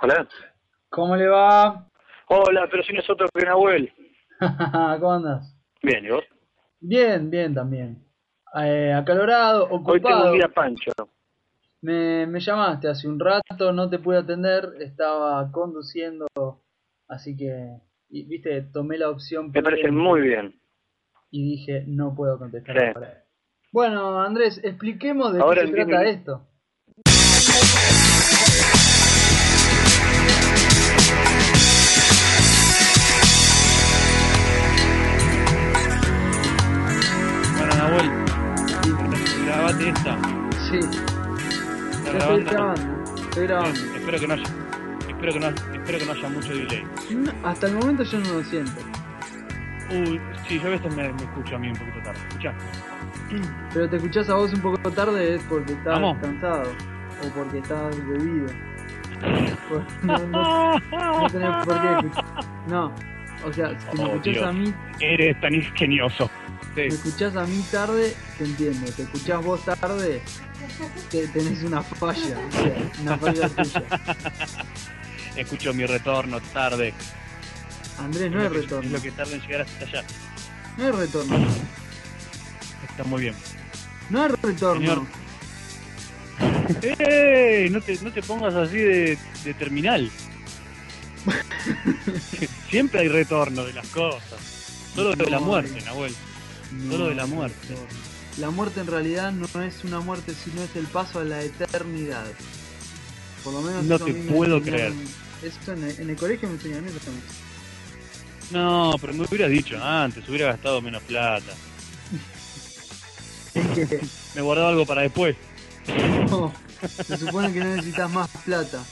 Hola. ¿Cómo le va? Hola, pero si no es otro que Nahuel. ¿Cómo andas? Bien, ¿y vos? Bien, bien también. Eh, acalorado, ocupado. Hoy tengo un día pancho. Me, me llamaste hace un rato, no te pude atender, estaba conduciendo, así que, y- viste, tomé la opción Me parece muy bien. y dije, no puedo contestar Sí. ahora. Bueno, Andrés, expliquemos de Ahora en qué se diez trata minu- esto. Bueno, Nahuel, grabate esta. Sí, La ya estoy grabando. grabando, estoy grabando. Espero que no haya, espero que no, espero que no haya mucho delay. No, hasta el momento yo no lo siento, Uy, sí, yo a veces me, me escucho a mí un poquito tarde. Escuchá, pero te escuchás a vos un poco tarde es porque estás Vamos. cansado o porque estás bebido. No, no- no tenés por qué escuchar- No, o sea, si me Oh, escuchás Dios. a mí, eres tan ingenioso. Sí. me escuchás a mí tarde, te entiendo. Te escuchás vos tarde, te- tenés una falla, o sea, una falla tuya. Escucho mi retorno tarde. Andrés, no hay Es lo que- Es retorno. lo que tarda en llegar hasta allá. No hay retorno. Está muy bien. No hay retorno. Señor. ¡Ey! ¡Eh! No te, no te pongas así de, de terminal. Siempre hay retorno de las cosas. Solo de la No. muerte, Nahuel. Solo No de la hay muerte. retorno. La muerte en realidad no es una muerte, sino es el paso a la eternidad. Por lo menos No eso a te mí me puedo enseñaron- Eso en el, en el colegio me enseñaron eso también. No, pero me hubieras dicho antes, hubiera gastado menos plata. Es que Me guardaba algo para después, no, se supone que no necesitas más plata,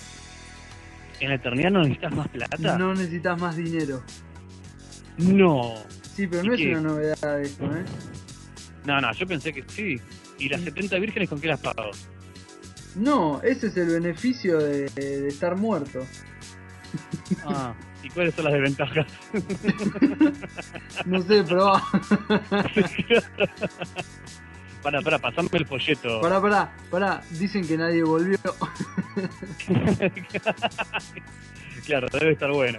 ¿En la eternidad no necesitas más plata? no necesitas más dinero. No. Sí, pero ¿Y no es qué? una novedad esto, ¿eh? No, no, yo pensé que sí. ¿Y las 70 vírgenes con qué las pago? No, ese es el beneficio de, de estar muerto. Ah, ¿y cuáles son las desventajas? No sé, probá. Para, para, pasame el folleto. Pará, pará, pará. Dicen que nadie volvió. Claro, debe estar bueno.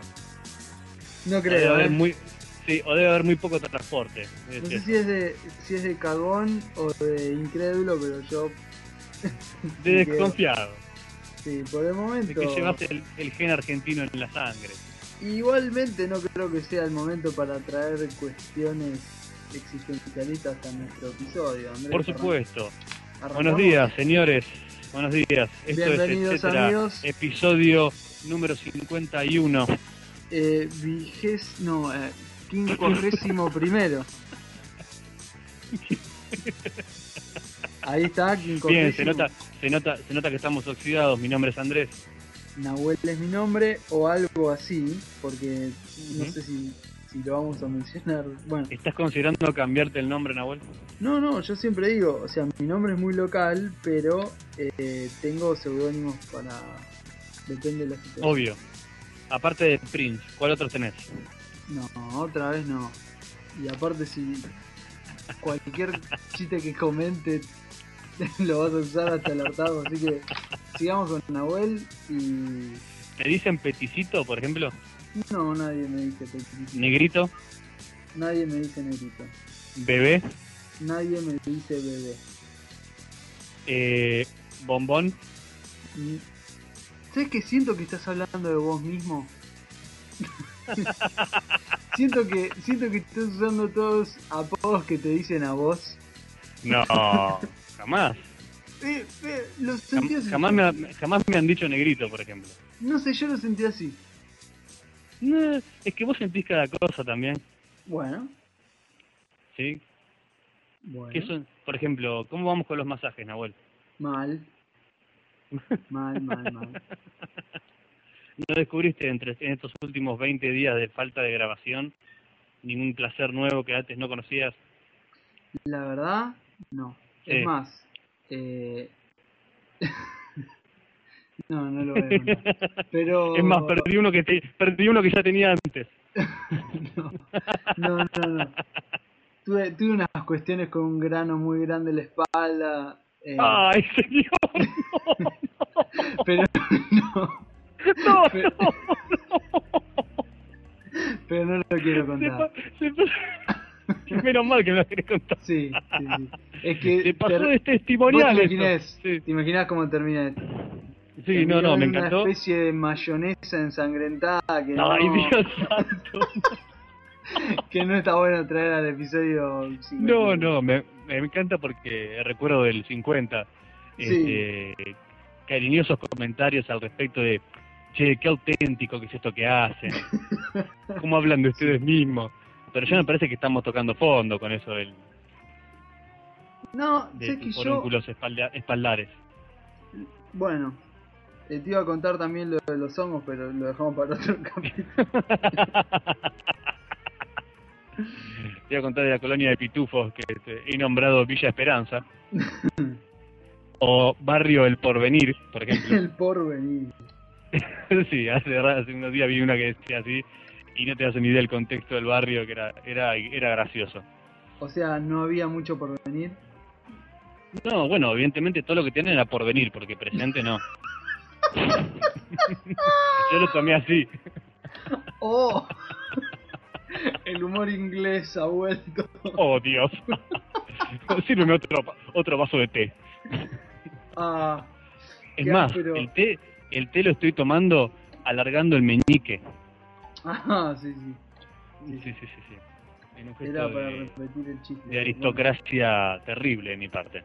No O debe creo, haber ¿eh? muy... Sí, o debe haber muy poco transporte. Este, Es No sé eso. si es de, si es de cagón o de incrédulo, pero yo, De desconfiado. sí, por el De momento. que llevas el, el gen argentino en la sangre. Igualmente no creo que sea el momento para traer cuestiones existencialistas a nuestro episodio, Andrés. Por supuesto. Buenos Arran- arrancamos. días, señores. Buenos días. Esto Bienvenidos, es etcétera, amigos. episodio número 51. Eh, vigés, no, eh, quincuagésimo primero. Ahí está, quincuagésimo. Bien, se nota, se nota, se nota que estamos oxidados. Mi nombre es Andrés. Nahuel es mi nombre o algo así, porque no Ujú. sé si, si lo vamos a mencionar. Bueno, ¿Estás considerando cambiarte el nombre, Nahuel? No, no, yo siempre digo, o sea, mi nombre es muy local, pero eh, tengo seudónimos para... Depende de la situación. Obvio. Aparte de Prince, ¿cuál otro tenés? No, otra vez no. Y aparte si cualquier chiste que comente lo vas a usar hasta el hartazgo, así que sigamos con Nahuel y... ¿Te dicen Peticito, por ejemplo? No, nadie me dice Pepito. Negrito, Nadie me dice Negrito. Bebé, Nadie me dice Bebé. eh, Bombón. Mm. ¿Sabes que siento que estás hablando de vos mismo? siento que siento que estás usando todos apodos que te dicen a vos. No, jamás. Eh, eh, lo Jam- sentí así. jamás, me, ha- jamás me han dicho Negrito, por ejemplo. No sé, yo lo sentí así. No, es que vos sentís cada cosa también, Bueno, ¿sí? bueno. ¿Qué son? Por ejemplo, ¿cómo vamos con los masajes, Nahuel? Mal. Mal, mal, mal. ¿No descubriste entre, en estos últimos 20 días de falta de grabación ningún placer nuevo que antes no conocías? La verdad, no. Sí. Es más, eh... no, no lo voy a contar. Pero... Es más, perdí uno que te- perdí uno que ya tenía antes. No, no, no. no. Tuve, tuve unas cuestiones con un grano muy grande en la Ah. espalda. eh, ¡Ay, señor! no, no. Pero no. No, no, no. Pero no lo quiero Se contar. pa- se pa- Menos mal que me lo querés contar. Sí, sí, sí. Es que. Se pasó ter- de Eh, ¿Vos testimonial te esto. imaginás, Sí, ¿Te imaginás cómo termina esto? sí, no, no, me Terminó en encantó. Una especie de mayonesa ensangrentada que, Ay, no, Dios santo. que no está bueno traer al episodio. 50. No, no, me, me encanta porque recuerdo del 50. Sí. Este, cariñosos comentarios al respecto de, che, qué auténtico que es esto que hacen. ¿Cómo hablan de ustedes mismos? Pero ya me parece que estamos tocando fondo con eso del, No, de sé que yo. porúnculos espalda- espaldares. Bueno, eh, te iba a contar también lo de los hongos, pero lo dejamos para otro capítulo. Te voy a contar de la colonia de pitufos que este, he nombrado Villa Esperanza o Barrio El Porvenir, por ejemplo. El porvenir. sí, hace, ra- hace unos días vi una que decía así y no te das ni idea del contexto del barrio que era era era gracioso. O sea, no había mucho porvenir. No, bueno, evidentemente todo lo que tienen era porvenir porque presente no. Yo lo tomé así. ¡Oh! El humor inglés ha vuelto. Oh, Dios. Sírveme otro pa- otro vaso de té. Ah, Es Qué más, áspero. el té, el té lo estoy tomando alargando el meñique. ah, sí, sí. Sí, sí, sí, sí. En un gesto Era para de, repetir el chiste. de aristocracia terrible de mi parte.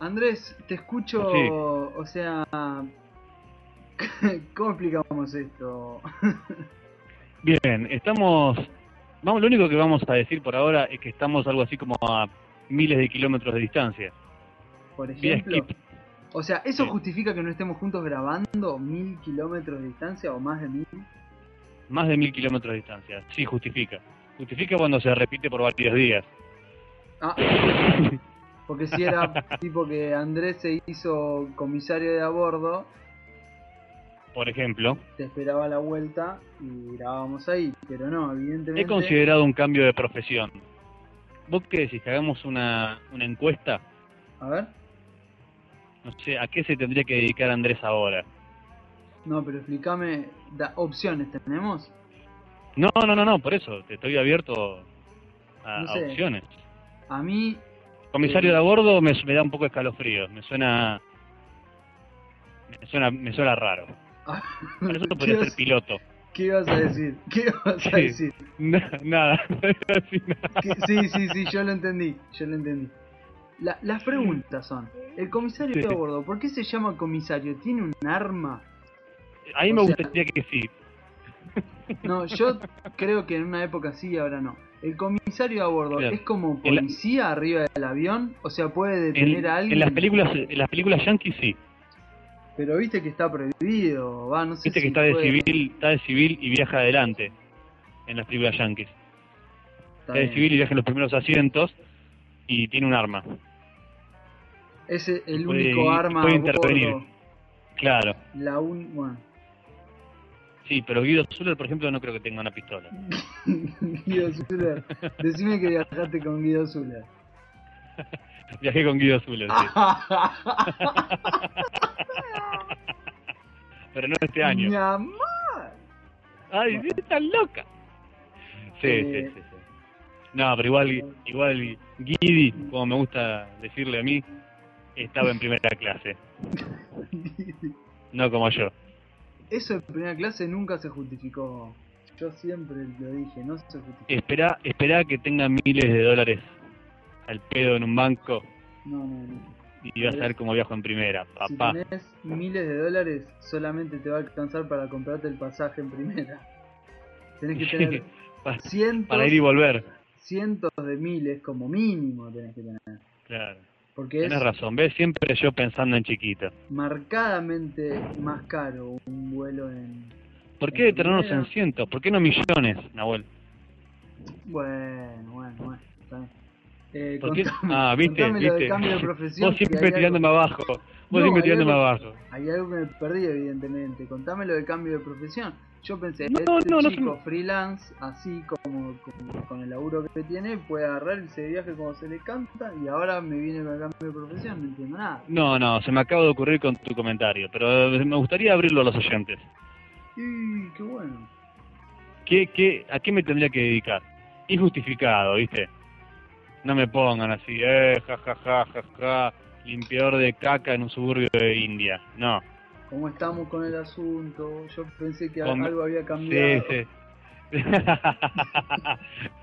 Andrés, te escucho, Sí. o sea, ¿cómo explicamos esto? Bien, estamos... Vamos, lo único que vamos a decir por ahora es que estamos algo así como a miles de kilómetros de distancia. Por Vía ejemplo, skip. o sea, ¿eso Sí. justifica que no estemos juntos grabando mil kilómetros de distancia o más de mil? Más de mil kilómetros de distancia. Sí, justifica. Justifica cuando se repite por varios días. Ah, porque si era tipo que Andrés se hizo comisario de a bordo, Por ejemplo, te esperaba a la vuelta y grabábamos ahí, pero no, he evidentemente. considerado un cambio de profesión. ¿Vos qué decís? ¿Que hagamos una, una encuesta? A ver, No sé, ¿a qué se tendría que dedicar Andrés ahora? no, pero explícame, da, opciones tenemos. No, no, no, no, por eso, te estoy abierto a, No a sé. opciones. A mí Comisario Eh. de a bordo me, me da un poco escalofrío, me suena... Me suena, me suena raro. Por eso podría ser piloto. ¿Qué ibas a decir? ¿Qué ibas a Sí. decir? Na- Nada, no iba a decir nada. Que- Sí, sí, sí, yo lo entendí, yo lo entendí. La- las preguntas son, el comisario Sí. de bordo, ¿por qué se llama comisario? ¿Tiene un arma? A mí me O sea- gustaría que sí. No, yo creo que en una época sí y ahora no. El comisario a bordo Claro. es como En la- policía arriba del avión, o sea, puede detener En, a en alguien, las películas en las películas yankees sí. pero viste que está prohibido, va, no sé Viste si que está de puede- civil está de civil y viaja adelante en las películas yankees. Está Está de bien. civil y viaja en los primeros asientos y tiene un arma. Es el Puede- único arma puede a bordo, intervenir. Claro. la un... bueno. Sí, pero Guido Zuller, por ejemplo, no creo que tenga una pistola. Guido Zuller, decime que viajaste con Guido Zuller. Viajé con Guido Zuller, sí. Ah, pero no este año. Mi amor. Ay, sí, estás loca. Sí, Eh. sí, sí, sí. No, pero igual, igual Guidi, como me gusta decirle a mí, estaba en primera clase, no como yo. Eso de primera clase nunca se justificó. Yo siempre lo dije, no se justificó. Esperá, esperá que tenga miles de dólares al pedo en un banco No, no, no. y vas a ver cómo viajo en primera, Eh. Si papá. tenés miles de dólares, solamente te va a alcanzar para comprarte el pasaje en primera. Tenés que tener Pa- cientos, Para ir y volver. cientos de miles como mínimo tenés que tener. Claro. Porque es Tienes razón, ves, siempre yo pensando en chiquito. marcadamente más caro un vuelo en... ¿Por qué detenernos en cientos? ¿Por qué no millones, Nahuel? Bueno, bueno, bueno. está bien. Eh, ¿Por qué? contame- Ah, viste, contame lo de viste. cambio de profesión. Vos que siempre hay tirándome algo- abajo. Vos No, siempre hay tirándome algo- abajo. Hay algo que me perdí, evidentemente. Contame lo de cambio de profesión. Yo pensé, No, este no, no se chico me- freelance, así como, como con el laburo que tiene, puede agarrar ese viaje como se le canta y ahora me viene con el cambio de profesión. No entiendo nada. No, no, se me acaba de ocurrir con tu comentario, pero eh, me gustaría abrirlo a los oyentes. Y qué bueno. ¿Qué, qué, ¿A qué me tendría que dedicar? Injustificado, ¿viste? No me pongan así, eh, ja, ja, ja, ja, ja, limpiador de caca en un suburbio de India. No, ¿Cómo estamos con el asunto? Yo pensé que Con- algo había sí, cambiado. sí.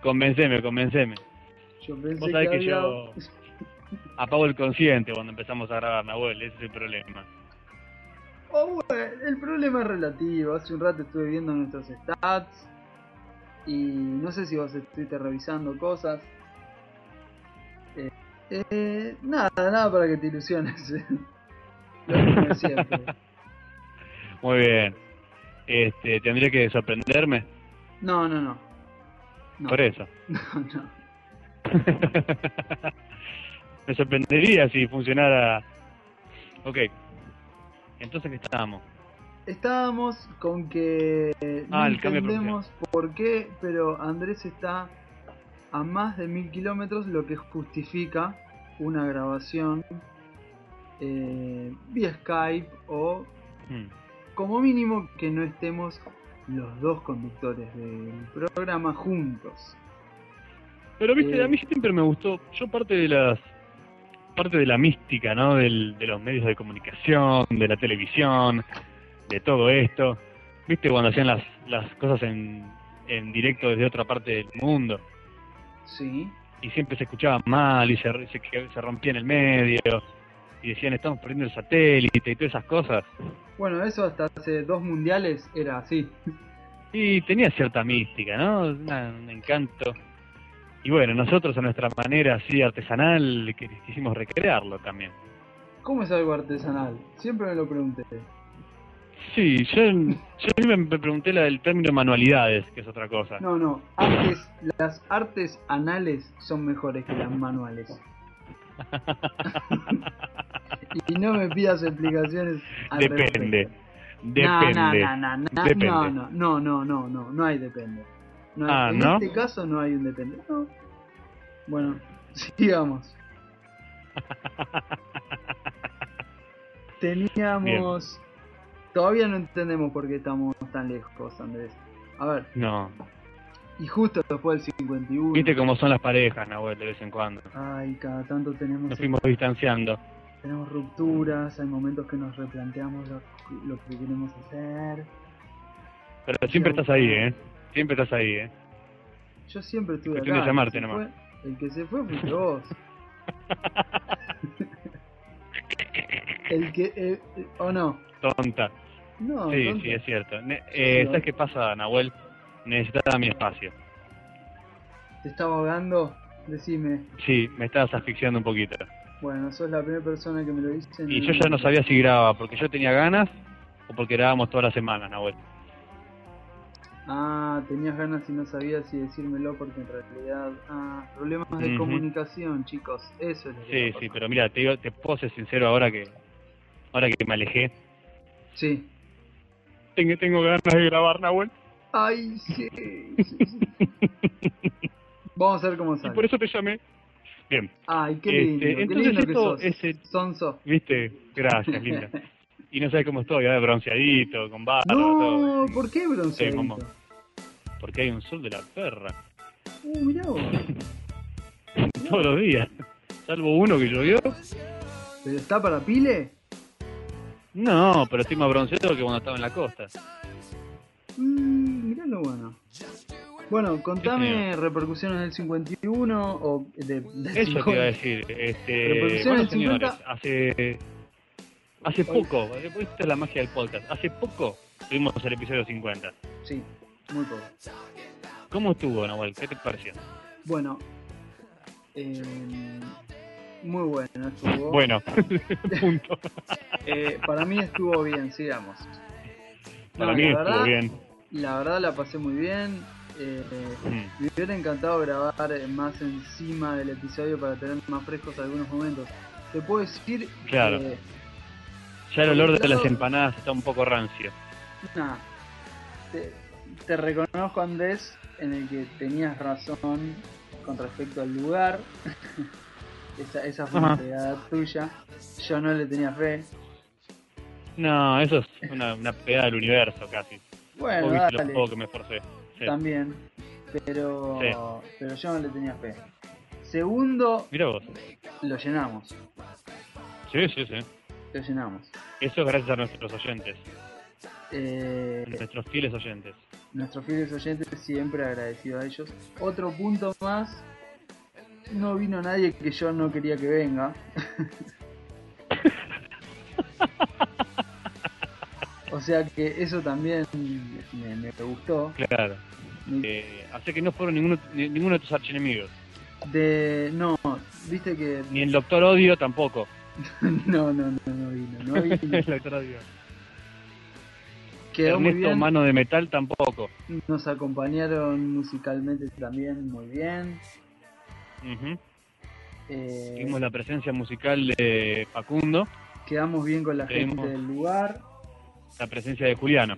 convenceme, convenceme. Yo pensé Vos sabés que había... yo apago el consciente cuando empezamos a grabar, Nahuel, ese es el problema. Oh, bueno, el problema es relativo. Hace un rato estuve viendo nuestros stats y no sé si vos estuviste revisando cosas. Eh, eh, nada, nada para que te ilusiones. Lo mismo de siempre. Muy bien. Este, ¿Tendría que sorprenderme? No, no, no. No, Por eso. no, no. Me sorprendería si funcionara. Ok. Entonces, ¿qué estábamos? Estábamos con que eh, no Ah, el cambio de entendemos por qué, pero Andrés está a más de mil kilómetros, lo que justifica una grabación eh, vía Skype o Hmm. como mínimo que no estemos los dos conductores del programa juntos. Pero viste, Eh. a mí siempre me gustó. Yo parte de las parte de la mística, ¿no? Del, de los medios de comunicación, de la televisión, de todo esto. Viste cuando hacían las las cosas en en directo desde otra parte del mundo Sí, y siempre se escuchaba mal y se, se, que- se rompía en el medio y decían estamos perdiendo el satélite y todas esas cosas bueno, eso hasta hace dos mundiales era así. y tenía cierta mística, ¿no? Una- un encanto. Y bueno, nosotros a nuestra manera así artesanal que quisimos recrearlo también. ¿Cómo es algo artesanal? Siempre me lo pregunté. Sí, yo, yo me me pregunté la del término manualidades, que es otra cosa. No, no, artes- las artes anales son mejores que las manuales. y no me pidas explicaciones. al Depende, respecto. Depende. No, no, no, no, Depende. no, no, no, no, no, no, no hay depende. No hay- Ah, en ¿no? este caso no hay un depende. No. Bueno, sigamos. Teníamos... Todavía no entendemos por qué estamos tan lejos, Andrés. A ver, No. y justo después del 51. Viste cómo son las parejas, Nahuel, de vez en cuando. Ay, cada tanto tenemos, Nos fuimos distanciando. tenemos rupturas, hay momentos que nos replanteamos lo, lo que queremos hacer. Pero siempre estás ahí, ¿eh? Siempre estás ahí, ¿eh? Yo siempre estuve Cuestión acá. de llamarte el que se nomás. fue- el que se fue fuiste vos. el que... eh, eh, ¿O no? Tonta. No, Sí, tonto. sí, es cierto. Ne- eh, Oh, Sí, ¿Sabes no. qué pasa, Nahuel? Necesitaba mi espacio. ¿Te estaba ahogando? Decime. Sí, me estabas asfixiando un poquito. Bueno, sos la primera persona que me lo dice. en Y el yo ya no mundo. sabía si grababa porque yo tenía ganas o porque grabábamos todas las semanas, Nahuel. Ah, tenías ganas y no sabías si decírmelo porque en realidad... Ah, problemas de Ujú. comunicación, chicos. Eso es lo que Sí, está sí, pasando. pero mira, te, digo- te puedo ser sincero ahora que ahora que me alejé. Sí. Tengo, tengo ganas de grabar, Nahuel. Ay, sí. sí, sí. Vamos a ver cómo Y sale. por eso te llamé. Bien, Ay, qué Este, lindo. qué entonces lindo que esto sos. es el- Sonso. viste, gracias, linda. Y no sabes cómo estoy, ahora bronceadito, con barba, no, todo. ¿por qué Sí, bronceadito? como- Porque hay un sol de la perra. Uh, mirá vos. Todos los días. Salvo uno que llovió. ¿Pero está para pile? No, pero estoy más bronceado que cuando estaba en la costa. Mm, mirá lo bueno. Bueno, contame repercusiones del 51 o de, del Eso 50. te iba a decir. Este, Reproducción bueno, del señores, 50. hace, hace poco, esta es la magia del podcast, hace poco tuvimos el episodio 50. Sí, muy poco. ¿Cómo estuvo, Nahuel? ¿Qué te pareció? Bueno. eh, muy bueno estuvo. Bueno, punto. Eh, para mí estuvo bien, sigamos. Para No, mí la estuvo verdad, bien. La verdad la pasé muy bien. Eh, Mm. me hubiera encantado grabar eh, más encima del episodio para tener más frescos algunos momentos. Te puedo decir Claro. que Ya el olor de las empanadas está un poco rancio. Nah, te, te reconozco, Andrés, en el que tenías razón con respecto al lugar. esa, esa fue una Ajá. pegada tuya. Yo no le tenía fe. No, eso es una, una pegada del universo casi. Bueno, Vos viste dale, lo poco que me esforcé. Sí. también. Pero, Sí. pero yo no le tenía fe. Segundo, Mira vos. lo llenamos. Sí, sí, sí. Lo llenamos. Eso es gracias a nuestros oyentes, Eh, a nuestros fieles oyentes. nuestros fieles oyentes, siempre agradecido a ellos. Otro punto más. No vino nadie que yo no quería que venga. o sea que eso también me, me gustó. Claro. Mm. Eh, así que no fueron ninguno, ni- ninguno de tus archienemigos. De no, viste que Ni el Doctor Odio tampoco. no, no, no, no vino, no vino. el Doctor Odio. Quedó muy Ernesto bien. Mano de Metal tampoco. Nos acompañaron musicalmente también muy bien. Ujú. Eh, Tuvimos la presencia musical de Facundo, quedamos bien con la gente Tuvimos- del lugar. la presencia de Juliano.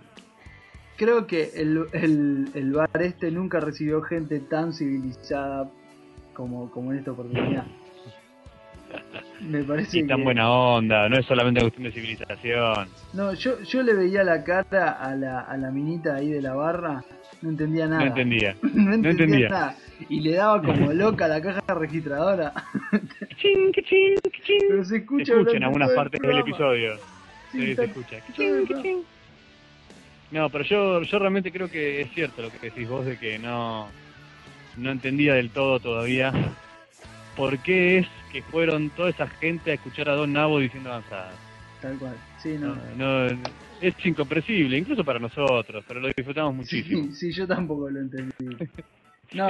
Creo que el, el, el bar este nunca recibió gente tan civilizada como, como en esta oportunidad. Me parece Y tan que- buena onda, no es solamente cuestión de civilización. No, yo, yo le veía la cara a la, a la minita ahí de la barra, no entendía nada. No entendía. No entendía entendía. nada. Y le daba como loca la caja registradora. Kichín, kichín, kichín. Pero se escucha Se escucha en durante algunas todo el partes del programa. episodio. Sí, Sí, está- se escucha. Kichín, kichín. No, pero yo, yo realmente creo que es cierto lo que decís vos de que no, no entendía del todo todavía por qué es que fueron toda esa gente a escuchar a Don Nabo diciendo avanzadas. Tal cual. Sí, no. No, no, es incomprensible, incluso para nosotros, pero lo disfrutamos muchísimo. Sí, sí, yo tampoco lo entendí. No,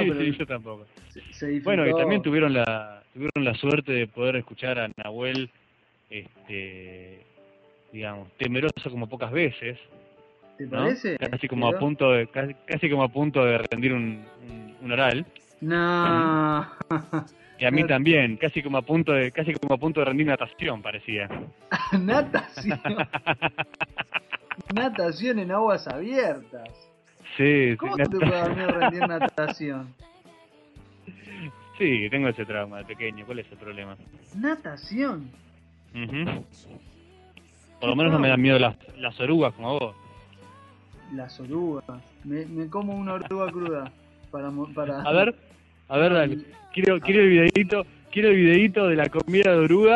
Sí, pero sí, yo tampoco. se, se disfrutó. Bueno, y también tuvieron la tuvieron la suerte de poder escuchar a Nahuel, este, digamos, temeroso como pocas veces, ¿Te ¿no? parece? Casi como a ¿Quedó? punto de casi, casi como a punto de rendir un, un- un oral No. y a mí Claro. también, casi como a punto de casi como a punto de rendir natación parecía. Natación. Natación en aguas abiertas. Sí, sí, ¿Cómo te nat- puede venir a rendir natación? sí, tengo ese trauma de pequeño, ¿cuál es el problema? Natación. Ujú. Por lo menos no me dan miedo las, las orugas como a vos. Las orugas. Me, me como una oruga cruda. Para, mo- para... A ver, a ver, dale. Quiero, quiero el videito, quiero el videito de la comida de oruga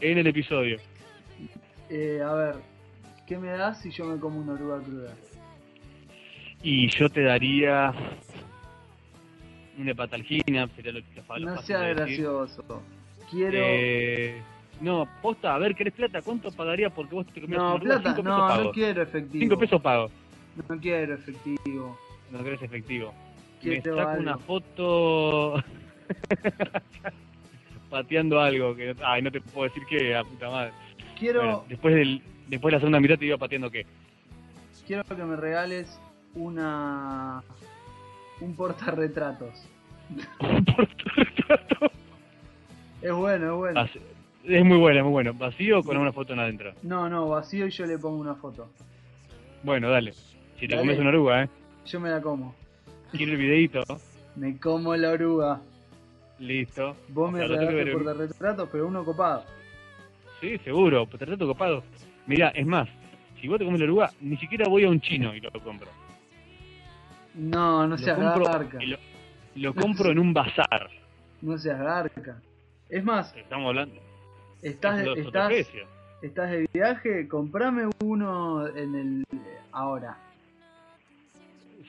en el episodio. Eh, a ver. ¿Qué me das si yo me como una oruga cruda? Y yo te daría una hepatalgina, sería lo que lo No fácil sea de decir. gracioso. Quiero. Eh, no, posta, a ver, ¿querés plata? ¿Cuánto pagaría porque vos te comías una no, oruga? plata. Cinco pesos No, pago. no quiero efectivo. Cinco pesos pago. No quiero efectivo. No querés efectivo. Me Quiero saco algo. una foto pateando algo. Que, ay, no te puedo decir qué, la puta madre. Quiero. Bueno, después, del, después de la segunda mitad te iba pateando qué. Quiero que me regales una un portarretratos. Es bueno, es bueno. Vac- Es muy buena, muy bueno. ¿Vacío o con una foto en adentro? No, no, vacío y yo le pongo una foto. Bueno, dale. Si te Dale. comes una oruga, ¿eh? Yo me la como. Quiero el videito. Me como la oruga. Listo. Vos me Pero no te regalaste creo. portarretratos, pero uno copado. Sí, seguro. Te trato copado. Mirá, es más. Si vos te comes la oruga, ni siquiera voy a un chino y lo compro. No, no Lo seas compro, garca. y lo, lo compro en un bazar. No seas garca. Es más, Estamos hablando. estás es de, otro estás, precio. estás de viaje, comprame uno en el ahora.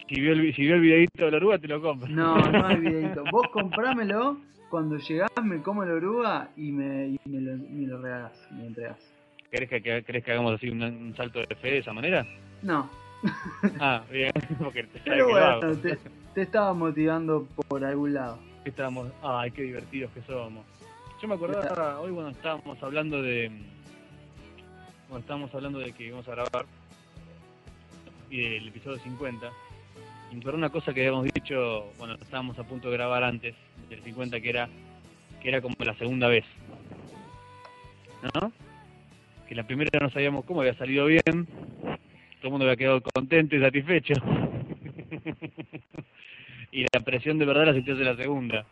Si vio, el, si vio el videito de la oruga, te lo compro. No, no hay videito. Vos comprámelo, cuando llegás me como la oruga y me, y me lo, me lo regalás, me lo entregás. ¿Querés que, que- querés que hagamos así un, un salto de fe de esa manera? No, Ah, bien. Porque te pero que lo hago. bueno, te, te estaba motivando por algún lado. Estábamos, ay, qué divertidos que somos. Yo me acordaba hoy cuando estábamos hablando de. Cuando estábamos hablando de que íbamos a grabar. Y del episodio 50. Y pero una cosa que habíamos dicho, bueno, estábamos a punto de grabar antes del 50, que era que era como la segunda vez. ¿No? Que la primera no sabíamos cómo había salido bien, todo el mundo había quedado contento y satisfecho. y la presión de verdad la sentías en la segunda,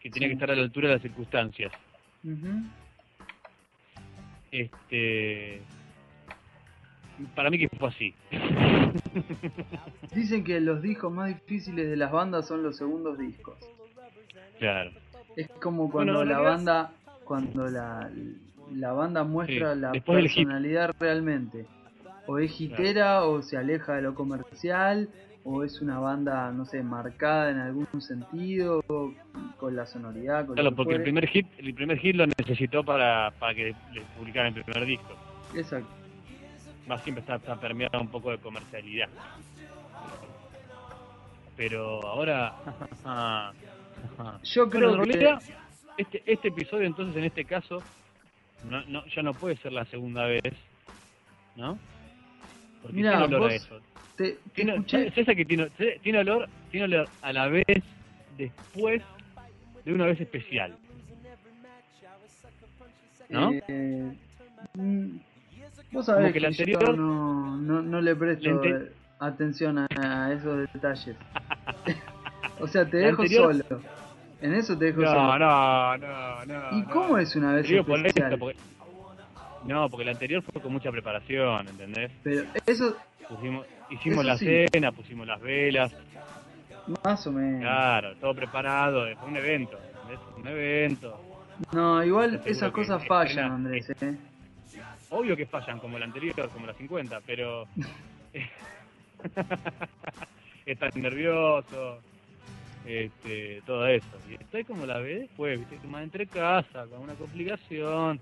que tenía que estar a la altura de las circunstancias. Ujú. Este para mí que fue así. Dicen que los discos más difíciles de las bandas son los segundos discos. Claro. Es como cuando Bueno, la lo que banda, cuando la, la banda muestra Sí, la después del hit. personalidad realmente. O es hitera, o se aleja de lo comercial, o es una banda, no sé, marcada en algún sentido, con la sonoridad, con lo Claro, que porque el fuere. primer hit, el primer hit lo necesitó para, para que le publicaran el primer disco. Exacto. Más siempre está, está permeado un poco de comercialidad. Pero ahora, ah, Yo Pero creo en que realidad, este, este episodio, entonces, en este caso, no, no, ya no puede ser la segunda vez, ¿no? Porque Mirá, tiene olor vos a eso. te, te Tiene, escuché, César que tiene, tiene, olor, tiene olor a la vez después de una vez especial. ¿no? eh, mm, vos Como sabés que que, la yo anterior- no, no, no le La presto ante- atención a, a esos detalles. o sea, te La dejo anterior- solo. En eso te dejo No, solo. no, no, no. ¿Y no. cómo es una Te vez digo por esto, especial? porque- No, porque la anterior fue con mucha preparación, ¿entendés? Pero eso, Pusimos, hicimos Eso la sí. cena, pusimos las velas, más o menos. claro, todo preparado, eh, fue un evento, ¿entendés? Un evento. No, igual Yo seguro esas que cosas es fallan, plena- Andrés. ¿eh? Obvio que fallan como la anterior, como la 50, pero... eh, Estás nervioso, este, todo eso. Y estoy como la vez después, ¿viste? Más entre casa, con una complicación.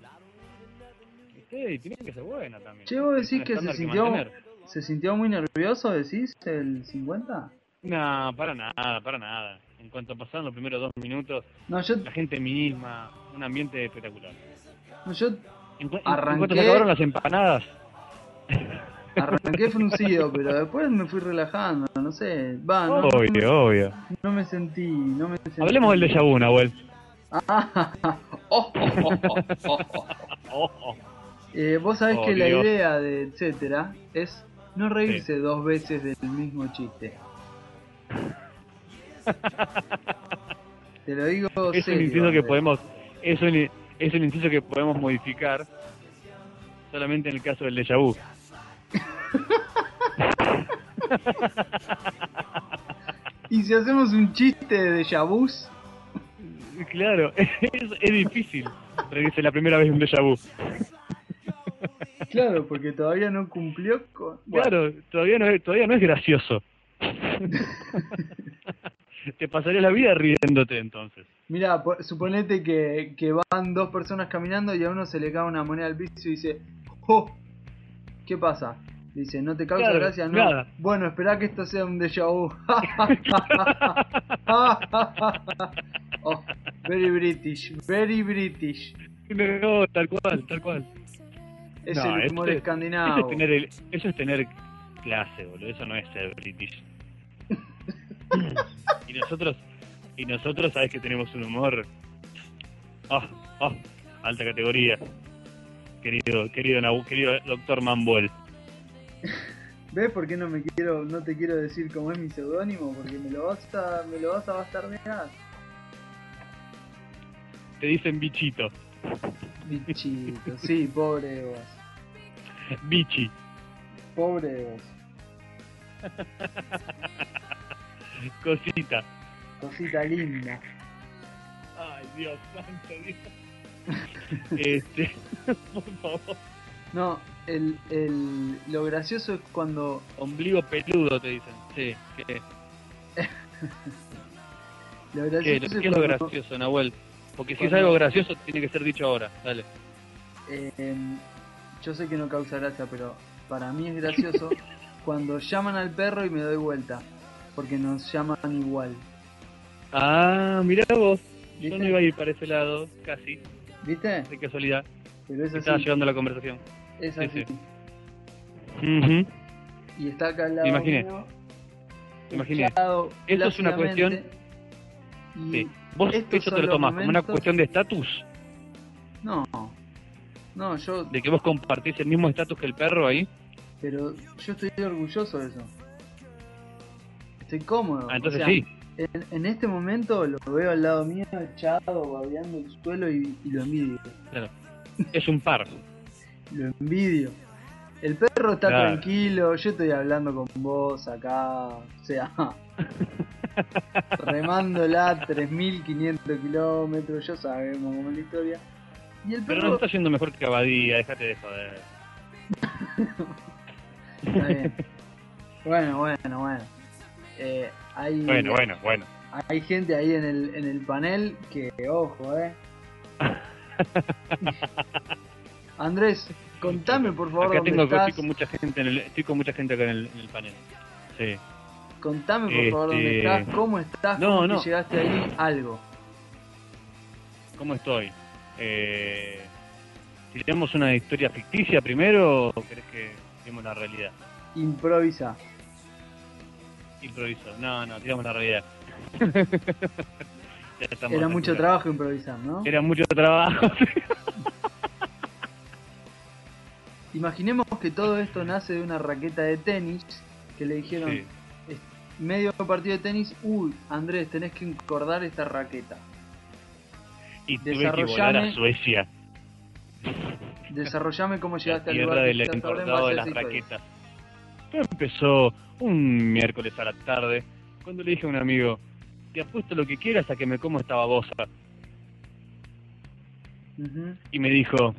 ¿Viste? Y tiene que ser buena también. Che, vos Es un decís que se estándar sintió, mantener. ¿eh? se sintió muy nervioso, decís, el 50? No, para nada, para nada. En cuanto pasaron los primeros dos minutos, No, yo, la gente misma, un ambiente espectacular. no, yo En, cu- en Arranqué. cuanto se acabaron las empanadas, Arranqué fruncido, pero después me fui relajando, no sé. Va, Ah, no, obvio, obvio. no me sentí, no me sentí. Hablemos del déjà vu, Nahuel. Ah, oh, oh, oh, oh, oh. Oh, oh. Eh, Vos sabés Oh, que la Dios. idea de etcétera es no reírse dos veces del mismo chiste. Te lo digo Es un serio, eh. inciso que Andrés. podemos, es un, es un inciso que podemos modificar solamente en el caso del déjà vu. Y si hacemos un chiste de yabús, Claro, es, es difícil reírse la primera vez de un déjà vu. claro, porque todavía no cumplió con. Bueno, Claro, todavía no es, todavía no es gracioso. Te pasaría la vida riéndote entonces. Mira, suponete que, que van dos personas caminando y a uno se le cae una moneda al piso y dice, ¡Oh! ¿Qué pasa? Dice, ¿no te causa Claro, gracia? No. nada. Bueno, esperá que esto sea un déjà vu. oh, very British, very British. No, tal cual, tal cual. Es No, el este- Eso humor es escandinavo. tener, el- eso es tener clase, boludo. Eso no es ser british. y nosotros, y nosotros sabes que tenemos un humor. ah, ah, alta categoría. Querido, querido, Nabu- querido doctor Mambuel. ¿Ves por qué no me quiero, no te quiero decir cómo es mi seudónimo? Porque me lo vas a, me lo vas a bastardear. Te dicen bichito, Bichito, sí, pobre de vos. bichi. Pobre de vos. Cosita. Cosita linda. Ay, Dios santo, Dios. Este, por favor. No, el, el, lo gracioso es cuando Ombligo peludo, te dicen. Sí, que. lo ¿Qué, gracioso ¿Qué es es lo cuando, gracioso, Nahuel? Porque si es Cuando- algo gracioso, tiene que ser dicho ahora. Dale. eh, em, yo sé que no causa gracia, pero para mí es gracioso cuando llaman al perro y me doy vuelta, porque nos llaman igual. Ah, mirá vos. Yo ¿Viste? no iba a ir para ese lado, casi, ¿Viste? de casualidad. Pero es Estaba así, llevando la conversación. es así. sí, sí. Ujú. Y está acá al lado Me imaginé. mío, Imaginé. hinchado Esto es una plácidamente, y Sí. Vos estos esto son te lo los tomás como una momentos- cuestión de estatus, No, no, yo, de que vos compartís el mismo estatus que el perro ahí. pero yo estoy orgulloso de eso. Estoy cómodo. Ah, entonces o sea, sí. En, en este momento lo veo al lado mío, echado, babeando el suelo y, y lo envidio. Es un par. Lo envidio. El perro está Claro. tranquilo, yo estoy hablando con vos acá, o sea, remándola 3500 kilómetros, ya sabemos cómo es la historia. Y el Pero no perro. está yendo mejor que Abadía, déjate de joder. Está bien. Bueno, bueno, bueno. Eh, hay, Bueno, bueno, bueno. hay gente ahí en el, en el panel que, ojo, eh. Andrés, contame por favor Acá dónde tengo estás. estoy con mucha gente en el, estoy con mucha gente acá en el, en el panel. Sí. Contame por favor Este, dónde estás, cómo estás, no, cómo es que no. llegaste ahí, algo. ¿Cómo estoy? Eh, si tenemos una historia ficticia primero o querés que demos la realidad? Improvisa. Improviso. No, no, tiramos la realidad. Ya estamos Era a mucho altura. trabajo improvisar, ¿no? Era mucho trabajo. Imaginemos que todo esto nace de una raqueta de tenis que le dijeron Sí. medio partido de tenis, uy, Andrés, tenés que encordar esta raqueta. Y tuve que volar Desarrollame a Suecia, Desarrollame cómo la llegaste al tierra lugar del que estás ahora en base encordado a de esa las historia. raquetas. Todo empezó un miércoles a la tarde, cuando le dije a un amigo, te apuesto lo que quieras a que me como esta babosa. Ujú. y me dijo,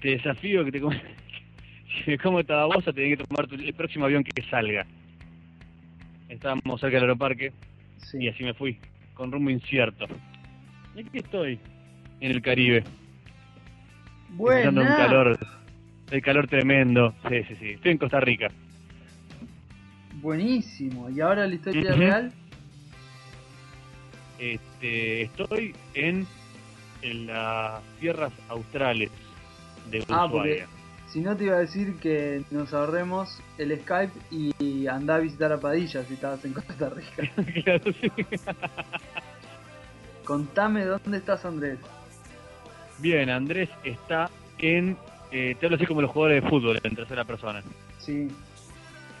te desafío que te comas, si me como esta babosa tenés que tomar tu- el próximo avión que salga. Estábamos cerca del aeroparque Sí. y así me fui, con rumbo incierto. Y aquí estoy, en el Caribe, Buena. pasando un calor, el calor tremendo. Sí, sí, sí, estoy en Costa Rica. Buenísimo. ¿Y ahora la historia Ujú. real? Este, estoy en, en las tierras australes de Ah, Ushuaia. porque- Si no te iba a decir que nos ahorremos el Skype y andá a visitar a Padilla si estabas en Costa Rica. Claro, sí. Contame dónde estás Andrés. Bien, Andrés está en. eh, te hablo así como los jugadores de fútbol en tercera persona. Sí.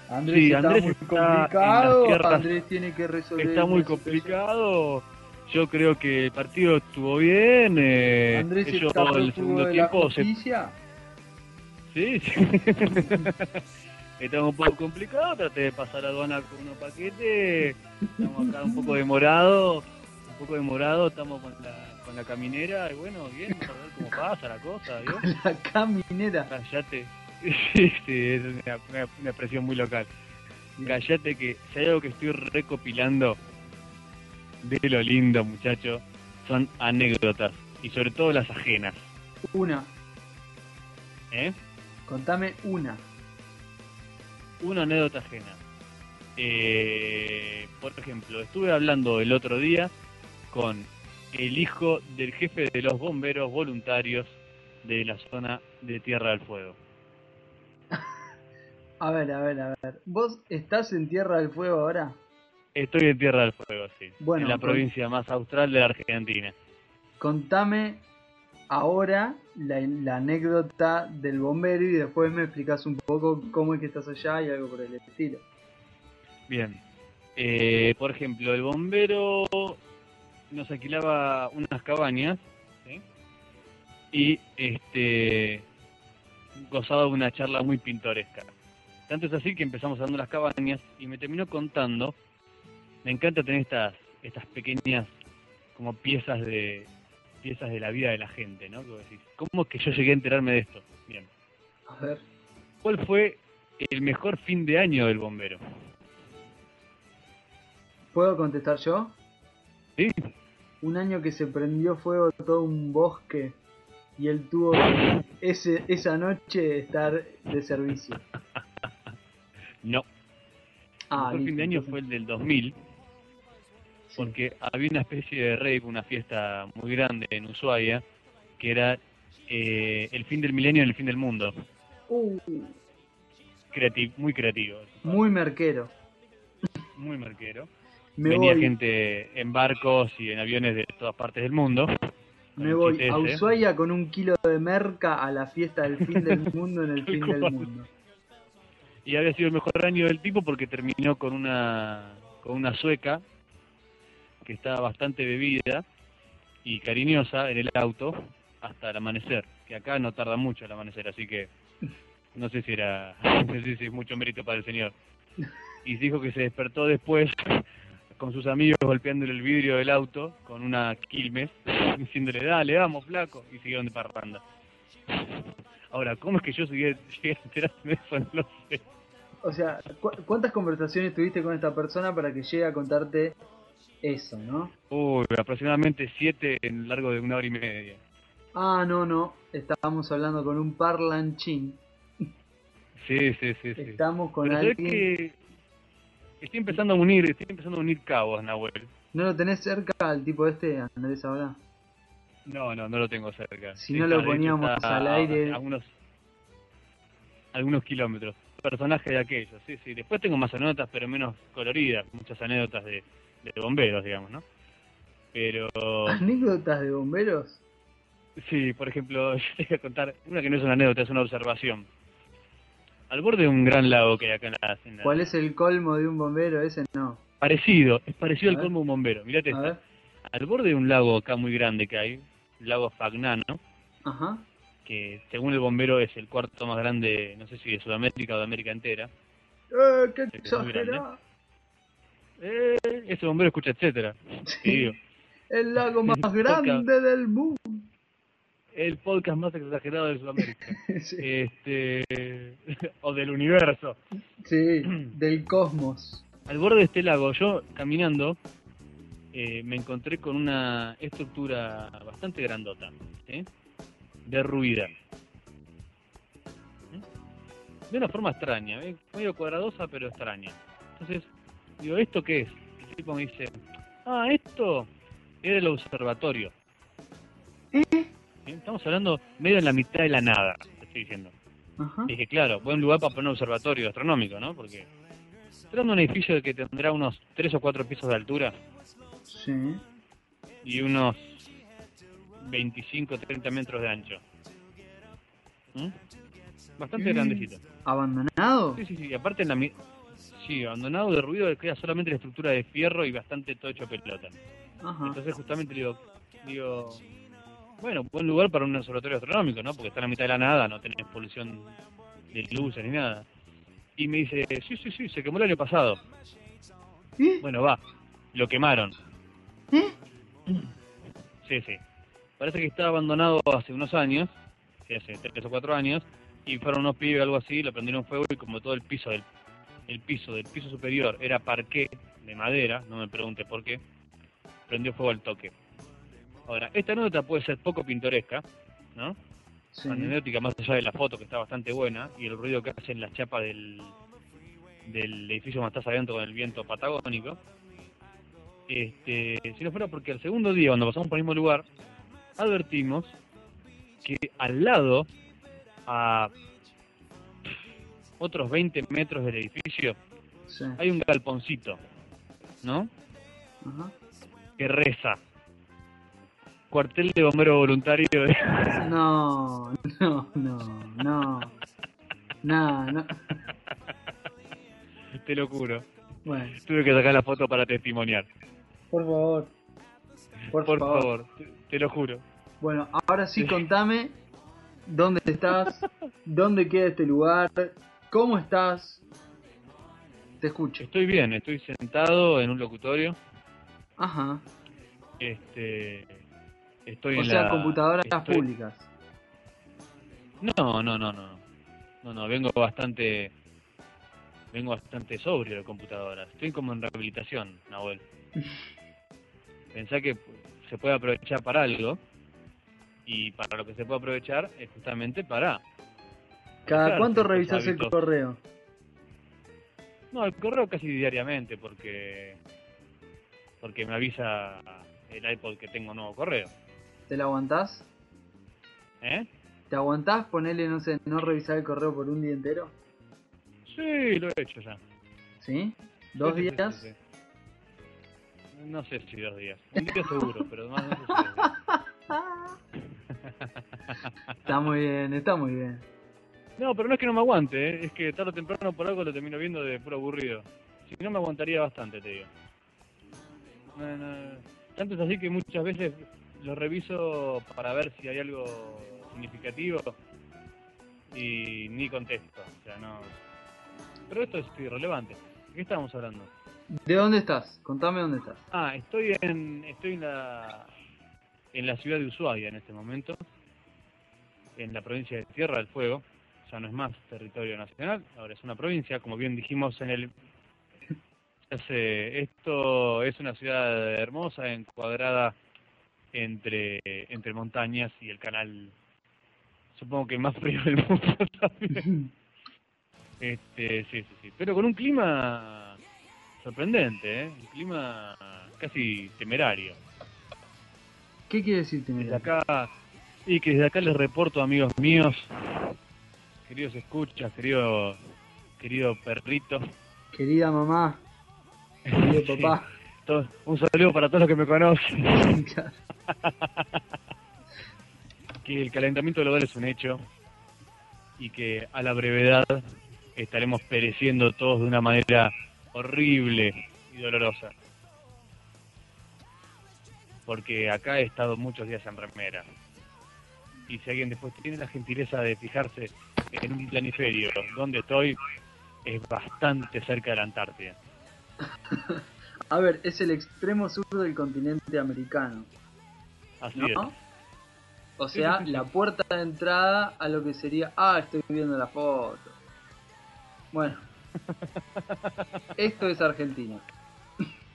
Andrés Sí, está Andrés muy está en complicado. las tierras- Andrés tiene que resolver. Está muy una situación. complicado. Yo creo que el partido estuvo bien. eh, Andrés ellos está en el prófugo segundo de la tiempo. se- justicia. sí, sí. Estaba un poco complicado. Traté de pasar aduana con unos paquetes. Estamos acá un poco demorado. Un poco demorado. Estamos con la, con la caminera. Y bueno, bien, a ver cómo pasa la cosa. ¿vio? La caminera. Callate. Sí, sí, es una, una- una expresión muy local. Callate que si hay algo que estoy recopilando de lo lindo, muchacho, son anécdotas. Y sobre todo las ajenas. Una. ¿eh? Contame una. Una anécdota ajena. Eh, por ejemplo, estuve hablando el otro día con el hijo del jefe de los bomberos voluntarios de la zona de Tierra del Fuego. A ver, a ver, a ver. ¿Vos estás en Tierra del Fuego ahora? Estoy en Tierra del Fuego, sí. Bueno, en la con- provincia más austral de la Argentina. Contame ahora la, la anécdota del bombero y después me explicás un poco cómo es que estás allá y algo por el estilo. Bien. Eh, por ejemplo, el bombero nos alquilaba unas cabañas ¿sí? y este gozaba de una charla muy pintoresca. Tanto es así que empezamos hablando de las cabañas y me terminó contando. Me encanta tener estas estas pequeñas como piezas de piezas de la vida de la gente, ¿no? Que vos decís, ¿Cómo es que yo llegué a enterarme de esto? Bien. A ver. ¿Cuál fue el mejor fin de año del bombero? ¿Puedo contestar yo? Sí. Un año que se prendió fuego todo un bosque y él tuvo ese, esa noche estar de servicio. No. Ah, el mejor fin de año fue el del 2000, porque había una especie de rave, una fiesta muy grande en Ushuaia, que era eh, el fin del milenio y el fin del mundo. Uh, Creati- muy creativo. muy merquero. muy marquero. Me Venía voy, gente en barcos y en aviones de todas partes del mundo. con me el voy chiste a ese. Ushuaia con un kilo de merca a la fiesta del fin del mundo en el fin del cual. mundo. Y había sido el mejor año del tipo porque terminó con una, con una sueca que estaba bastante bebida y cariñosa en el auto hasta el amanecer. Que acá no tarda mucho el amanecer, así que no sé si era no sé si es mucho mérito para el señor. Y dijo que se despertó después con sus amigos golpeándole el vidrio del auto con una quilmes, diciéndole, dale, vamos, flaco, y siguieron de parranda. Ahora, ¿cómo es que yo seguí- llegué a enterarme de eso? No sé. O sea, ¿cu- ¿cuántas conversaciones tuviste con esta persona para que llegue a contarte eso, no? Uy, aproximadamente siete en largo de una hora y media. Ah, no, no. Estábamos hablando con un parlanchín. Sí, sí, sí, sí. Estamos con Pero sabés alguien. que estoy empezando a unir, estoy empezando a unir cabos, Nahuel. ¿No lo tenés cerca al tipo este, Andrés, ahora? No, no, no lo tengo cerca. Si no está, lo de hecho, poníamos está al a- aire. A unos, algunos kilómetros. Personaje de aquello, sí, sí. Después tengo más anécdotas, pero menos coloridas. Muchas anécdotas de, de bomberos, digamos, ¿no? Pero, ¿Anécdotas de bomberos? sí, por ejemplo, yo te voy a contar una que no es una anécdota, es una observación. Al borde de un gran lago que hay acá en la... en la- ¿Cuál es el colmo de un bombero? Ese no. Parecido, es parecido A al ver. colmo de un bombero. Mirate, A esta. ver. al borde de un lago acá muy grande que hay, el lago Fagnano, Ajá. que según el bombero es el cuarto más grande, no sé si de Sudamérica o de América entera. ¡Eh, qué muy exagerado! Eh, ese bombero escucha etcétera. Te digo, El lago más grande del mundo. el podcast más exagerado de Sudamérica. Sí. este o del universo. Sí, del cosmos. Al borde de este lago, yo caminando, eh, me encontré con una estructura bastante grandota, ¿sí? derruida. ¿Eh? ¿Sí? De una forma extraña, ¿eh? medio cuadradosa, pero extraña. Entonces, digo, ¿esto qué es? El tipo me dice, ah, esto era el observatorio. ¿Sí? Estamos hablando medio en la mitad de la nada, te estoy diciendo. Ajá. Dije, claro, buen lugar para poner un observatorio astronómico, ¿no? Porque será un edificio que tendrá unos tres o cuatro pisos de altura Sí. y unos 25 o 30 metros de ancho. ¿Mm? Bastante Mm. grandecito. ¿Abandonado? Sí, sí, sí. y Aparte, en la mi- sí, abandonado de ruido, queda solamente la estructura de fierro y bastante todo hecho pelota. Ajá. Entonces, justamente digo, digo, bueno, buen lugar para un observatorio astronómico, ¿no? Porque está en la mitad de la nada, no tenés polución de luces ni nada. Y me dice, sí, sí, sí, se quemó el año pasado. ¿Eh? Bueno, va, lo quemaron. ¿Eh? Sí, sí. Parece que estaba abandonado hace unos años, sí, hace tres o cuatro años, y fueron unos pibes o algo así, lo prendieron fuego y como todo el piso del, el piso del piso superior era parqué de madera, no me pregunte por qué, prendió fuego al toque. Ahora, esta anécdota puede ser poco pintoresca, ¿no? Sí. Anecdótica más allá de la foto que está bastante buena y el ruido que hacen las chapas del, del edificio más estás adentro con el viento patagónico. Este, si no fuera porque al segundo día, cuando pasamos por el mismo lugar, advertimos que al lado, a otros 20 metros del edificio, Sí. hay un galponcito, ¿no? Ajá. Que reza. Cuartel de bombero voluntario de No, no, no, no. Nada, no. Te lo juro. Bueno, Tuve que sacar la foto para testimoniar. por favor. Por, Por favor. favor, te, te lo juro. Bueno, ahora sí contame dónde estás, dónde queda este lugar, cómo estás. Te escucho. Estoy bien, estoy sentado en un locutorio. Ajá. Este, estoy O en sea, la- computadoras estoy- públicas. No, no, no, no. No, no, vengo bastante. Vengo bastante sobrio de computadoras. Estoy como en rehabilitación, Nahuel. Pensá que se puede aprovechar para algo. Y para lo que se puede aprovechar es justamente para. ¿Cada Claro, cuánto estos revisas el hábitos. correo? No, el correo casi diariamente porque. Porque me avisa el iPod que tengo nuevo correo. ¿Te la aguantás? ¿Eh? ¿Te aguantás ponerle, no sé, no revisar el correo por un día entero? Sí, lo he hecho ya. ¿Sí? ¿Dos Sí, sí, sí, días? sí. No sé si dos días. Un día seguro, pero más no sé si dos días. Está muy bien, está muy bien. No, pero no es que no me aguante, ¿eh? es que tarde o temprano por algo lo termino viendo de puro aburrido. Si no me aguantaría bastante, te digo. No, no, Tanto es así que muchas veces lo reviso para ver si hay algo significativo y ni contesto. O sea, no. Pero esto es irrelevante. ¿De qué estábamos hablando? ¿De dónde estás? Contame dónde estás. Ah, estoy en estoy en la en la ciudad de Ushuaia en este momento, en la provincia de Tierra del Fuego. Ya no es más territorio nacional, ahora es una provincia, como bien dijimos en el hace- esto es una ciudad hermosa, encuadrada entre entre montañas y el canal supongo que más frío del mundo también. Este, sí, sí, sí. Pero con un clima sorprendente, ¿eh? Un clima casi temerario. ¿Qué quiere decirte, Desde mira? acá, y que desde acá les reporto, amigos míos, queridos escuchas, querido, querido perrito, Querida mamá, querido Sí. papá. to- un saludo para todos los que me conocen, que el calentamiento global es un hecho y que a la brevedad estaremos pereciendo todos de una manera horrible y dolorosa. Porque acá he estado muchos días en remera. Y si alguien después tiene la gentileza de fijarse en un planiferio donde estoy, es bastante cerca de la Antártida. A ver, es el extremo sur del continente americano, Así ¿no? es. O sea, sí, sí. la puerta de entrada a lo que sería. Ah, estoy viendo la foto. Bueno, esto es Argentina.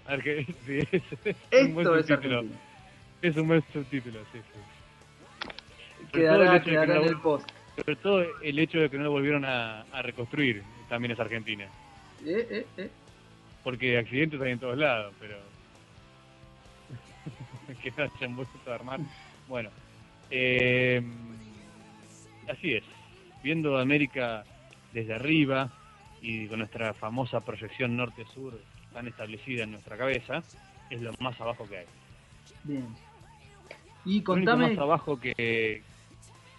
Arge- sí, es, es un buen Esto es subtítulo. Argentina. Es un buen subtítulo, sí, sí. Sobre todo el Quedará, hecho de que quedará la en vol- el post. Sobre todo el hecho de que no lo volvieron a, a reconstruir también es Argentina. Eh, eh, eh. Porque accidentes hay en todos lados, pero. que no hayan vuelto a armar. Bueno, eh, así es. Viendo América desde arriba y con nuestra famosa proyección norte-sur tan establecida en nuestra cabeza, es lo más abajo que hay. Bien. Y Lo contame. único más abajo que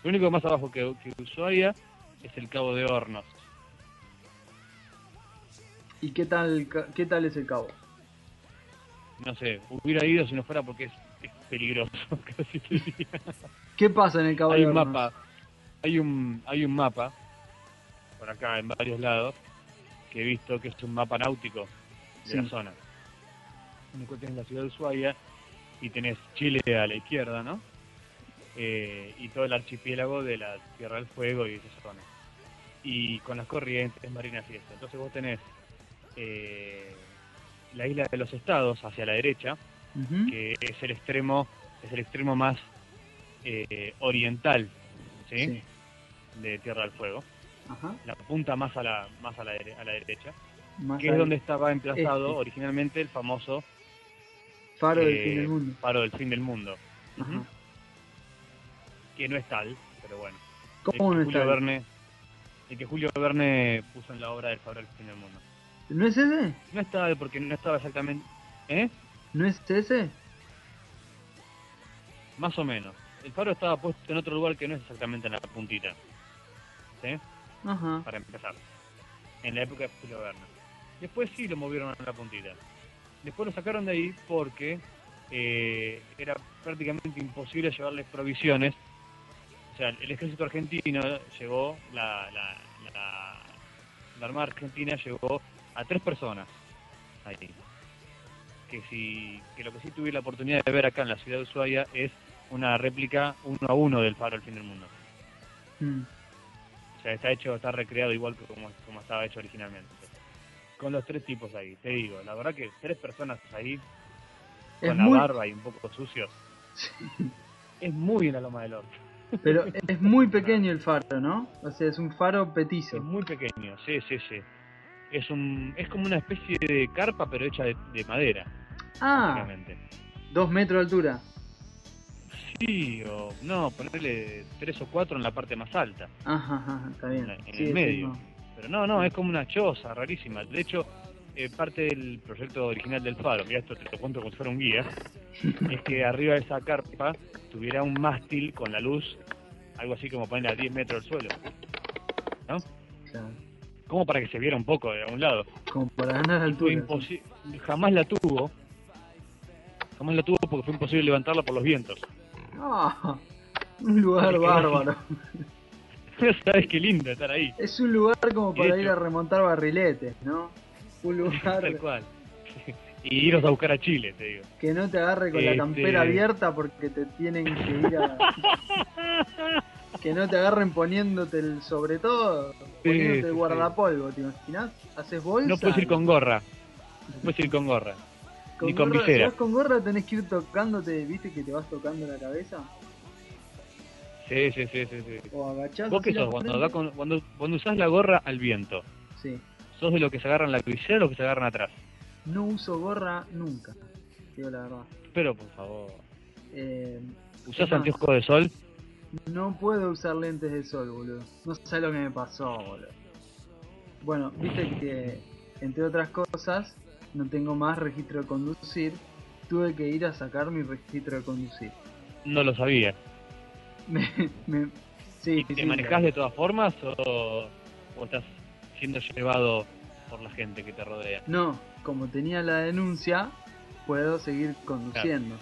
lo único más abajo que, que Ushuaia es el Cabo de Hornos. ¿Y qué tal, ca- qué tal es el cabo? No sé, hubiera ido si no fuera porque es, es peligroso. Casi te diría. ¿Qué pasa en el cabo? Hay de un Hornos? mapa, hay un hay un mapa por acá en varios lados que he visto que es un mapa náutico de Sí. la zona. Único que tenés la ciudad de Ushuaia y tenés Chile a la izquierda, ¿no? Eh, y todo el archipiélago de la Tierra del Fuego y esa zona. Y con las corrientes marinas y eso. Entonces vos tenés eh, la isla de los estados hacia la derecha, Ujú. que es el extremo, es el extremo más eh, oriental, ¿sí? Sí. De Tierra del Fuego. Ajá. La punta más a la, más a la, dere- a la derecha. Más que es al donde estaba emplazado Este. originalmente el famoso Faro del eh, fin del mundo. faro del fin del mundo. Ajá. Ujú. Que no es tal, pero bueno. ¿Cómo el no que está? Julio Verne, el que Julio Verne puso en la obra del faro del fin del mundo. ¿No es ese? No es tal porque no estaba exactamente... ¿Eh? ¿No es ese? Más o menos. El faro estaba puesto en otro lugar que no es exactamente en la puntita. ¿Sí? Ajá. Para empezar. En la época de Julio Verne. Después sí lo movieron a la puntita. Después lo sacaron de ahí porque eh, era prácticamente imposible llevarles provisiones. O sea, el ejército argentino llegó, la, la, la, la Armada Argentina llegó a tres personas ahí. Que, si, que lo que sí tuve la oportunidad de ver acá en la ciudad de Ushuaia es una réplica uno a uno del faro al fin del mundo. Mm. O sea, está hecho, está recreado igual que como, como estaba hecho originalmente. Con los tres tipos ahí, te digo, la verdad que tres personas ahí, Es con la muy, barba y un poco sucios, es muy en la loma del orto. pero es muy pequeño el faro, ¿no? O sea, es un faro petizo. Es muy pequeño, sí, sí, sí. Es, un, es como una especie de carpa, pero hecha de, de madera, Ah, básicamente. dos metros de altura. Sí, o no, ponerle tres o cuatro en la parte más alta. Ajá, ajá, está bien. En el es medio. mismo. Pero no, no, es como una choza rarísima. De hecho, eh, parte del proyecto original del Faro, mira esto te lo cuento como si fuera un guía, es que arriba de esa carpa tuviera un mástil con la luz, algo así como poner a 10 metros del suelo, Claro. como para que se viera un poco de algún lado. Como para ganar Fue altura. imposi- jamás la tuvo, jamás la tuvo porque fue imposible levantarla por los vientos. Ah, un lugar bárbaro. Sabes qué lindo estar ahí, Es un lugar como Y de para hecho- ir a remontar barriletes, ¿no? Un tal lugar cual. y iros a buscar a Chile, te digo. que no te agarre con la Este- campera abierta porque te tienen que ir a... que no te agarren poniéndote el sobre todo, poniéndote sí, el sí. guardapolvo, ¿te imaginas? ¿Haces bolsa? No puedes ir con gorra, no puedes ir con gorra. ni con gorra- visera. si vas con gorra tenés que ir tocándote, ¿viste que te vas tocando la cabeza? Sí, sí, sí, sí. sí. ¿O agachás? ¿Vos qué así la sos? Cuando, frente. va con- cuando, cuando usás la gorra al viento, Sí. ¿sos de los que se agarran la visera o los que se agarran atrás? No uso gorra nunca, te digo la verdad. Pero, por favor. Eh, ¿Usás Ajá. anteojos de sol? no puedo usar lentes de sol, boludo. No sé lo que me pasó, boludo. Bueno, viste que, entre otras cosas, no tengo más registro de conducir. Tuve que ir a sacar mi registro de conducir. No lo sabía. Me, me- sí, ¿Y te sí, manejás de todas formas o, o estás siendo llevado por la gente que te rodea? No, como tenía la denuncia, puedo seguir conduciendo.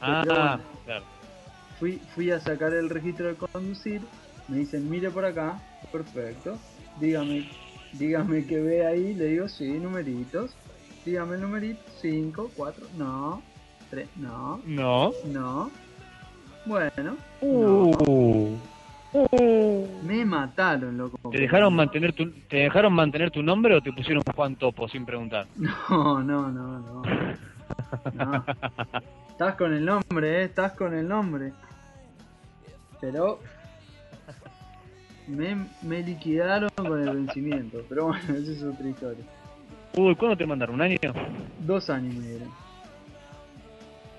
Ah, bueno. claro. Fui, fui a sacar el registro de conducir, me dicen, mire por acá, perfecto, dígame, dígame que ve ahí, le digo, sí, numeritos, dígame el numerito, 5, 4, no, 3, no, No. no, bueno, no. Uh. Uh. me mataron, loco. ¿Te dejaron mantener tu te dejaron mantener tu nombre o te pusieron Juan Topo sin preguntar? No, no, no, no. No. Estás con el nombre, eh, estás con el nombre. Pero me, me liquidaron con el vencimiento. Pero bueno, esa es otra historia. Uy, ¿cuándo te mandaron? ¿Un año? Dos años me dieron.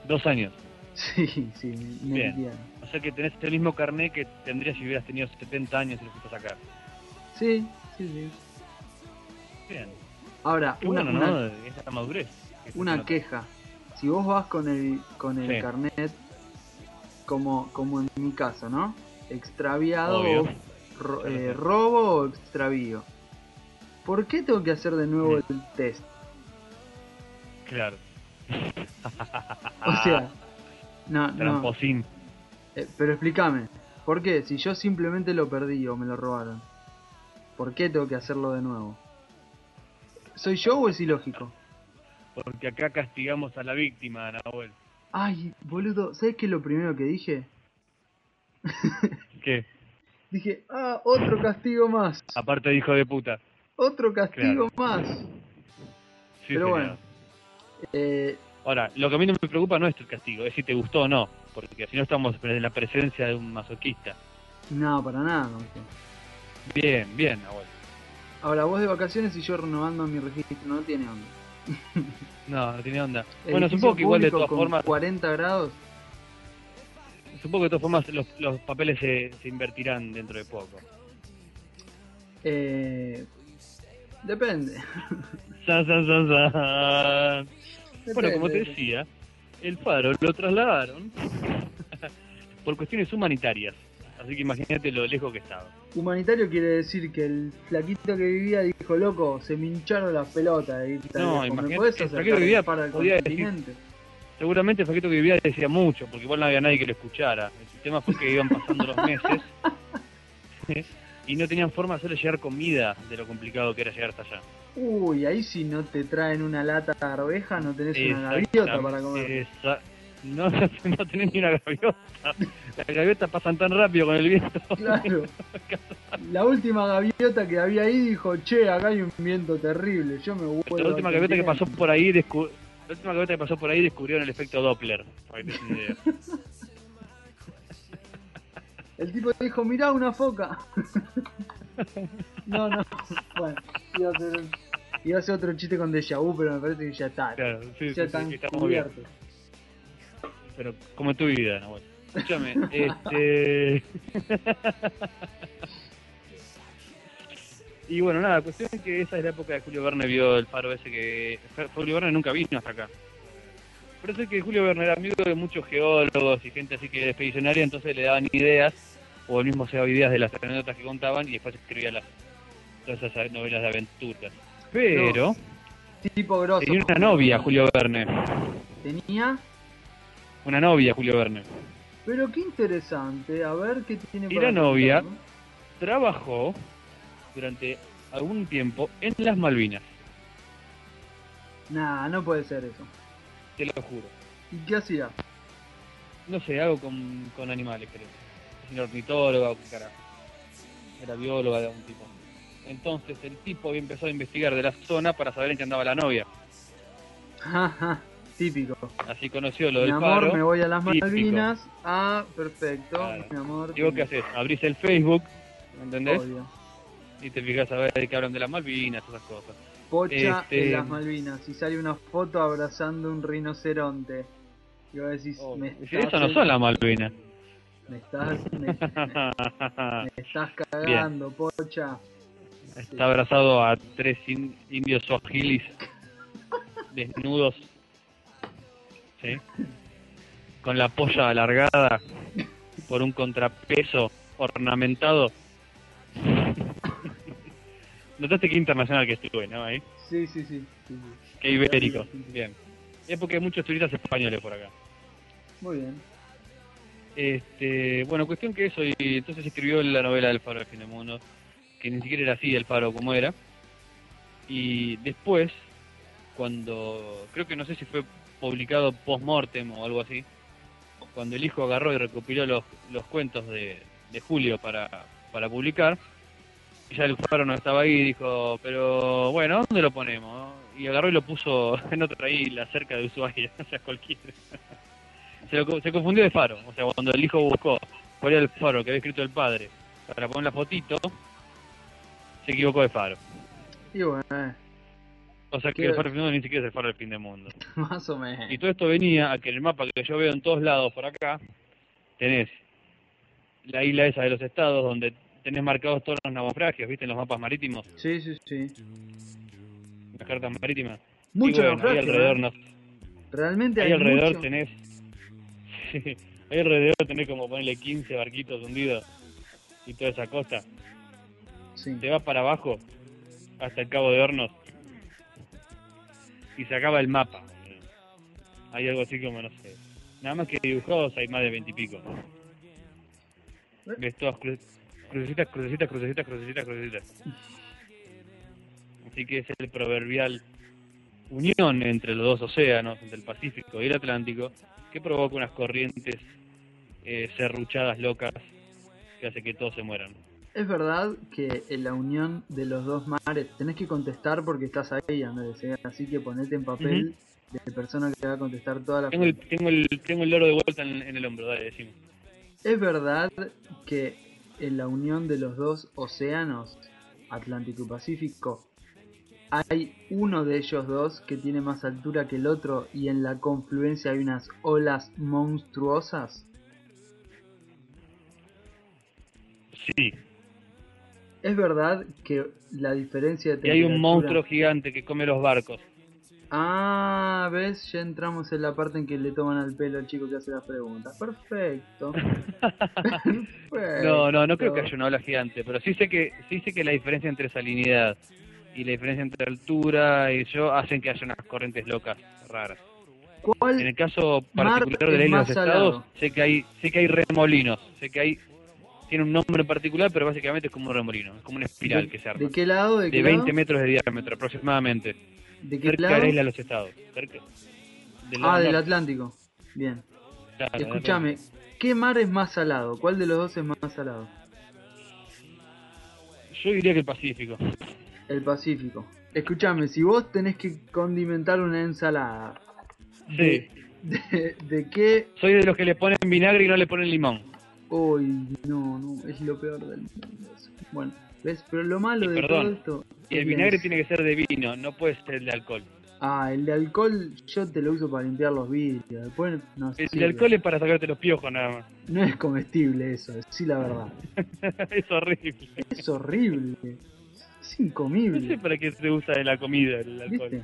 Dos años. Sí, sí, me- me Bien. liquidaron. O sea que tenés el mismo carnet que tendrías si hubieras tenido 70 años y lo fuiste a sacar. Sí, sí, sí. Bien. Ahora, Qué una, bueno, una- ¿no? Es la madurez. que se una nota. queja. Si vos vas con el, con el Sí. carnet, como, como en mi caso, ¿no? Extraviado Obvio. o ro- Ya lo eh, sé. robo o extravío. ¿Por qué tengo que hacer de nuevo el test? Claro. Ah. O sea, no, no. Tramposín. eh, pero explícame, ¿por qué? Si yo simplemente lo perdí o me lo robaron, ¿por qué tengo que hacerlo de nuevo? ¿Soy yo o es ilógico? Porque acá castigamos a la víctima, Nahuel. Ay, boludo, ¿sabes qué es lo primero que dije? ¿Qué? Dije, ah, otro castigo más, Aparte de hijo de puta. otro castigo más. Sí, Pero señor. bueno. Eh, Ahora, lo que a mí no me preocupa no es el castigo, es si te gustó o no. Porque si no estamos en la presencia de un masoquista. no, para nada. Marco. Bien, bien, Nahuel. Ahora, vos de vacaciones y yo renovando mi registro, no tiene onda. No, no tiene onda. bueno, Edificio supongo que igual de público todas con formas, 40 grados. supongo que de todas formas los, los papeles se, se invertirán dentro de poco. Eh, depende. San, san, san, san. Bueno, Depende. como te decía, el faro lo trasladaron por cuestiones humanitarias. Así que imagínate lo lejos que estaba. Humanitario quiere decir que el flaquito que vivía dijo, loco, se me hincharon las pelotas. de ir tan No, lejos, imagínate, ¿Me podés el acercar flaquito que vivía para el podía decir- continente? Seguramente el faquito que vivía decía mucho, porque igual no había nadie que lo escuchara. El tema fue que iban pasando los meses ¿eh? y no tenían forma de hacerle llegar comida de lo complicado que era llegar hasta allá. Uy, ahí si no te traen una lata de arveja, no tenés una gaviota para comer. Esa- no, no tenés ni una gaviota. Las gaviotas pasan tan rápido con el viento. Claro. La última gaviota que había ahí dijo, che, acá hay un viento terrible, yo me vuelvo. la última al gaviota que pasó continente". por ahí descu- la última gaviota que pasó por ahí descubrieron el efecto Doppler. Para que te des una idea. El tipo dijo, mirá una foca. no, no. Bueno, iba a, hacer, iba a hacer otro chiste con déjà vu, pero me parece que ya está. Claro, sí, sí, ya sí, están estamos bien. cubiertos. Pero como tu vida, Nahuel. Escúchame, este. Y bueno, nada, cuestión es que esa es la época de Julio Verne vio el faro ese que... Julio Verne nunca vino hasta acá. Pero sé que Julio Verne era amigo de muchos geólogos y gente así que era expedicionaria, entonces le daban ideas, o él mismo se daba ideas de las anécdotas que contaban y después escribía las, todas esas novelas de aventuras. Pero Tipo grosso. tenía una novia Julio Verne, Tenía. una novia Julio Verne. Pero qué interesante. A ver qué tiene Y para la novia. contar, ¿no? Trabajó durante algún tiempo en las Malvinas, Nah, no puede ser eso. te lo juro. ¿Y qué hacía? No sé, algo con, con animales, creo. Es una ornitóloga o qué carajo. Era bióloga de algún tipo. Entonces el tipo empezó a investigar de la zona para saber en qué andaba la novia. Ajá, Típico. Así conoció lo Mi del amor, me faro. voy a las Típico. Malvinas. Ah, perfecto. Claro. Mi amor. Y vos qué haces, abrís el Facebook, ¿entendés? Obvio. Y te fijas a ver de qué hablan de las Malvinas, esas cosas. Pocha Este- en las Malvinas. Y sale una foto abrazando un rinoceronte. Y vos decís, me Obvio. estás, Oh, Sí, eso no son las Malvinas. me estás, me, me estás cagando, pocha. Está abrazado a tres in- indios ojilis desnudos, ¿sí? con la polla alargada por un contrapeso ornamentado. Notaste que internacional que estuve, ¿no? Ahí. Sí, sí, sí. sí, sí. Que ibérico. Bien. Es porque hay muchos turistas españoles por acá. Muy bien. Este, bueno, cuestión que eso, y entonces escribió la novela del faro del fin del mundo, que ni siquiera era así el faro como era. Y después, cuando, creo que no sé si fue publicado post-mortem o algo así, cuando el hijo agarró y recopiló los, los cuentos de, de Julio para, para publicar, y ya el faro no estaba ahí, dijo, pero bueno, ¿dónde lo ponemos? Y agarró y lo puso en otra isla, cerca de Ushuaia, o sea, cualquiera se, lo co- se confundió de faro. O sea, cuando el hijo buscó cuál era el faro que había escrito el padre para poner la fotito, se equivocó de faro. Y bueno, eh, O sea, que Claro. el faro del fin del mundo ni siquiera es el faro del fin del mundo. más o menos. Y todo esto venía a que en el mapa que yo veo en todos lados por acá, tenés la isla esa de los estados donde tenés marcados todos los naufragios, ¿viste? En los mapas marítimos, Sí, sí, sí. las cartas marítimas. Y Mucho bueno, ahí naufragio, alrededor ¿eh? no- Realmente Ahí hay alrededor mucho. tenés. Sí, ahí alrededor tenés como ponerle 15 barquitos hundidos y toda esa costa. Sí. Te vas para abajo hasta el Cabo de Hornos y se acaba el mapa. Hay algo así como, no sé. Nada más que dibujados hay más de 20 y pico. Ves todas cru- crucecitas, crucecitas, crucecitas, crucecitas, crucecitas. Así que es el proverbial unión entre los dos océanos, entre el Pacífico y el Atlántico, que provoca unas corrientes eh, serruchadas locas que hace que todos se mueran. Es verdad que en la unión de los dos mares tenés que contestar porque estás ahí, Andrés. ¿eh? Así que ponete en papel de persona que va a contestar toda la Tengo el, tengo el, tengo el oro de vuelta en, en el hombro, dale, decime. Es verdad que en la unión de los dos océanos, Atlántico y Pacífico, hay uno de ellos dos que tiene más altura que el otro y en la confluencia hay unas olas monstruosas. Sí, Es verdad que la diferencia de y hay un temperatura- monstruo gigante que come los barcos. Ah, ves, ya entramos en la parte en que le toman al pelo al chico que hace las preguntas. Perfecto. Perfecto. No, no, no creo que haya una ola gigante, pero sí sé que sí sé que la diferencia entre salinidad y la diferencia entre altura y yo hacen que haya unas corrientes locas raras. ¿Cuál En el caso Mar particular de es la isla de más los estados, salado. sé que hay sé que hay remolinos, sé que hay tiene un nombre en particular, pero básicamente es como un remolino, es como una espiral que se arma. ¿De qué lado? ¿De, De qué 20 lado? metros de diámetro aproximadamente, ¿De qué cerca de lado? la isla de los estados, cerca. Del lado Ah, del norte, Atlántico. Bien. claro, Y escúchame, ¿qué mar es más salado? ¿Cuál de los dos es más salado? Yo diría que el Pacífico. El Pacífico. Escúchame, si vos tenés que condimentar una ensalada, Sí, ¿de, de qué? soy de los que le ponen vinagre y no le ponen limón. Uy, no, no, es lo peor del mundo. eso. Bueno, ¿ves? Pero lo malo Y de perdón, todo esto. Y el es vinagre la- tiene que ser de vino, no puede ser de alcohol. Ah, el de alcohol yo te lo uso para limpiar los vidrios. Después no El sirve. de alcohol es para sacarte los piojos nada más. No es comestible eso, sí la verdad. es horrible. Es horrible. Es No sé incomible. para qué se usa de la comida el alcohol. ¿Viste?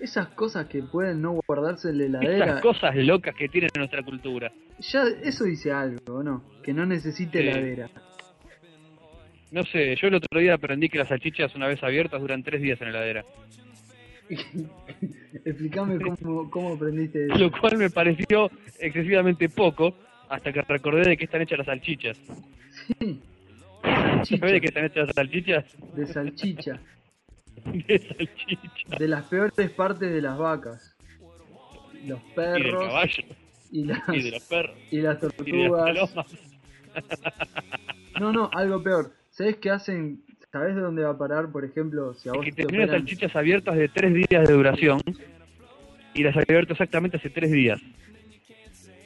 Esas cosas que pueden no guardarse en la heladera. Esas cosas locas que tiene nuestra cultura. Ya eso dice algo, ¿o ¿no? Que no necesite Sí. heladera. No sé, yo el otro día aprendí que las salchichas una vez abiertas duran tres días en la heladera. Explícame cómo, cómo aprendiste eso. Lo cual me pareció excesivamente poco hasta que recordé de qué están hechas las salchichas. ¿Sabés de qué Salchicha, están hechas las salchichas? de salchicha. De salchicha. De las peores partes de las vacas. Los Y del perros caballo. y las, Y de los perros. y las Y de las tortugas. palomas. No, no, algo peor. ¿Sabés qué hacen? ¿Sabés de dónde va a parar, por ejemplo, si a Es vos que te tenía operan? salchichas abiertas de tres días de duración y las había abierto exactamente hace tres días.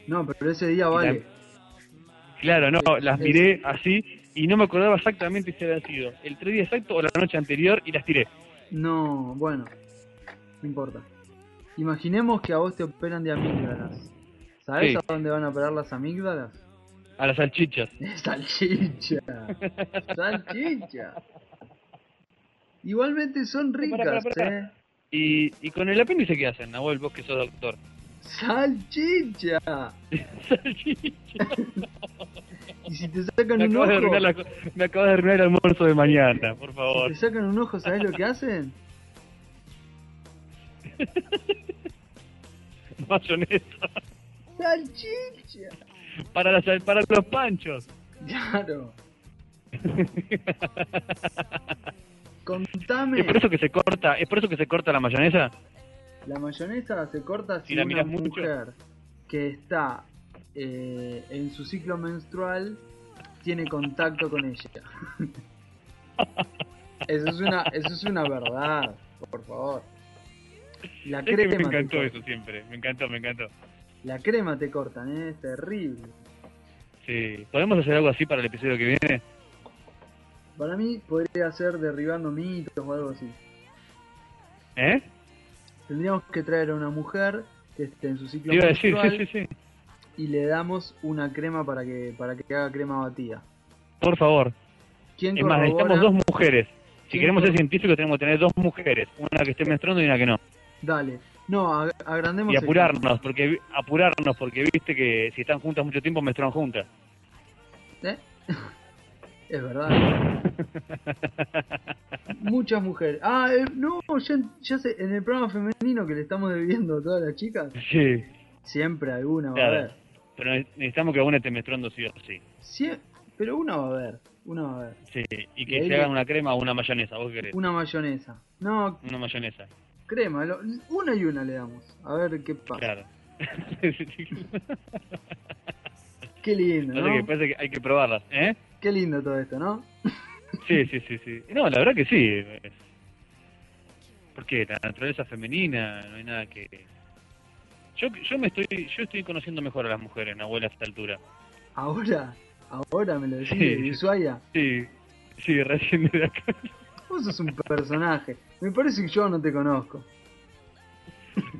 No, pero ese día vale. Claro, no, las Es- miré así y no me acordaba exactamente si había sido el tres día exacto o la noche anterior y las tiré. No, bueno, no importa. Imaginemos que a vos te operan de amígdalas. ¿Sabés Sí. a dónde van a operar las amígdalas? A las salchichas. Salchicha. Salchicha. Igualmente son Pará, ricas, pará, pará. ¿eh? Y, y con el apéndice, ¿qué hacen, Nahuel? Vos que sos doctor. Salchicha. Salchicha. Y si te Me sacan un acabas, de ojo, arruinar la co- me acabas de arruinar el almuerzo de mañana, por si favor. te sacan un ojo, ¿sabés lo que hacen? Mayonesa. Salchicha. Para, las, sal- para los panchos. Claro. ¿Es Contame, por eso que se corta, es por eso que se corta la mayonesa? la mayonesa se corta si la una mirás mucho. mujer que está eh, en su ciclo menstrual tiene contacto con ella. eso es una, eso es una verdad, por favor. La Es que crema, me te encantó cor- eso siempre. Me encantó, me encantó. la crema te cortan, ¿eh? es terrible. Sí. ¿Podemos hacer algo así para el episodio que viene? Para mí podría ser derribando mitos o algo así. ¿Eh? Tendríamos que traer a una mujer que esté en su ciclo Te iba a decir, menstrual sí, sí, sí. y le damos una crema para que para que haga crema batida. Por favor. ¿Quién Es más, necesitamos corrobora? dos mujeres. Si ¿Quién queremos ser corro- científicos tenemos que tener dos mujeres, una que esté menstruando y una que no. Dale. No, ag- agrandemos Y el- apurarnos, porque vi- apurarnos porque viste que si están juntas mucho tiempo menstruan juntas. ¿Eh? Es verdad. Muchas mujeres. Ah, eh, no, ya, ya sé, en el programa femenino que le estamos debiendo a todas las chicas, Sí. siempre alguna va Claro. a haber. Pero ne- necesitamos que una esté menstruando sí o sí. Sie- pero una va a haber, una va a haber. Sí. Y Y que ahí se le- hagan una crema o una mayonesa, vos querés. Una mayonesa. No, Una mayonesa, crema, lo- una y una le damos. A ver qué pasa. claro. Qué lindo, Parece que, ¿no? parece que hay que probarlas, ¿eh? Qué lindo todo esto, ¿no? Sí, sí, sí, sí. No, la verdad que sí. Porque la naturaleza femenina, no hay nada que... Yo, yo me estoy yo estoy conociendo mejor a las mujeres, Nahuel, a esta altura. Ahora, ahora me lo decís, Sí. de Ushuaia. Sí, sí, recién de acá. Vos sos un personaje. Me parece que yo no te conozco.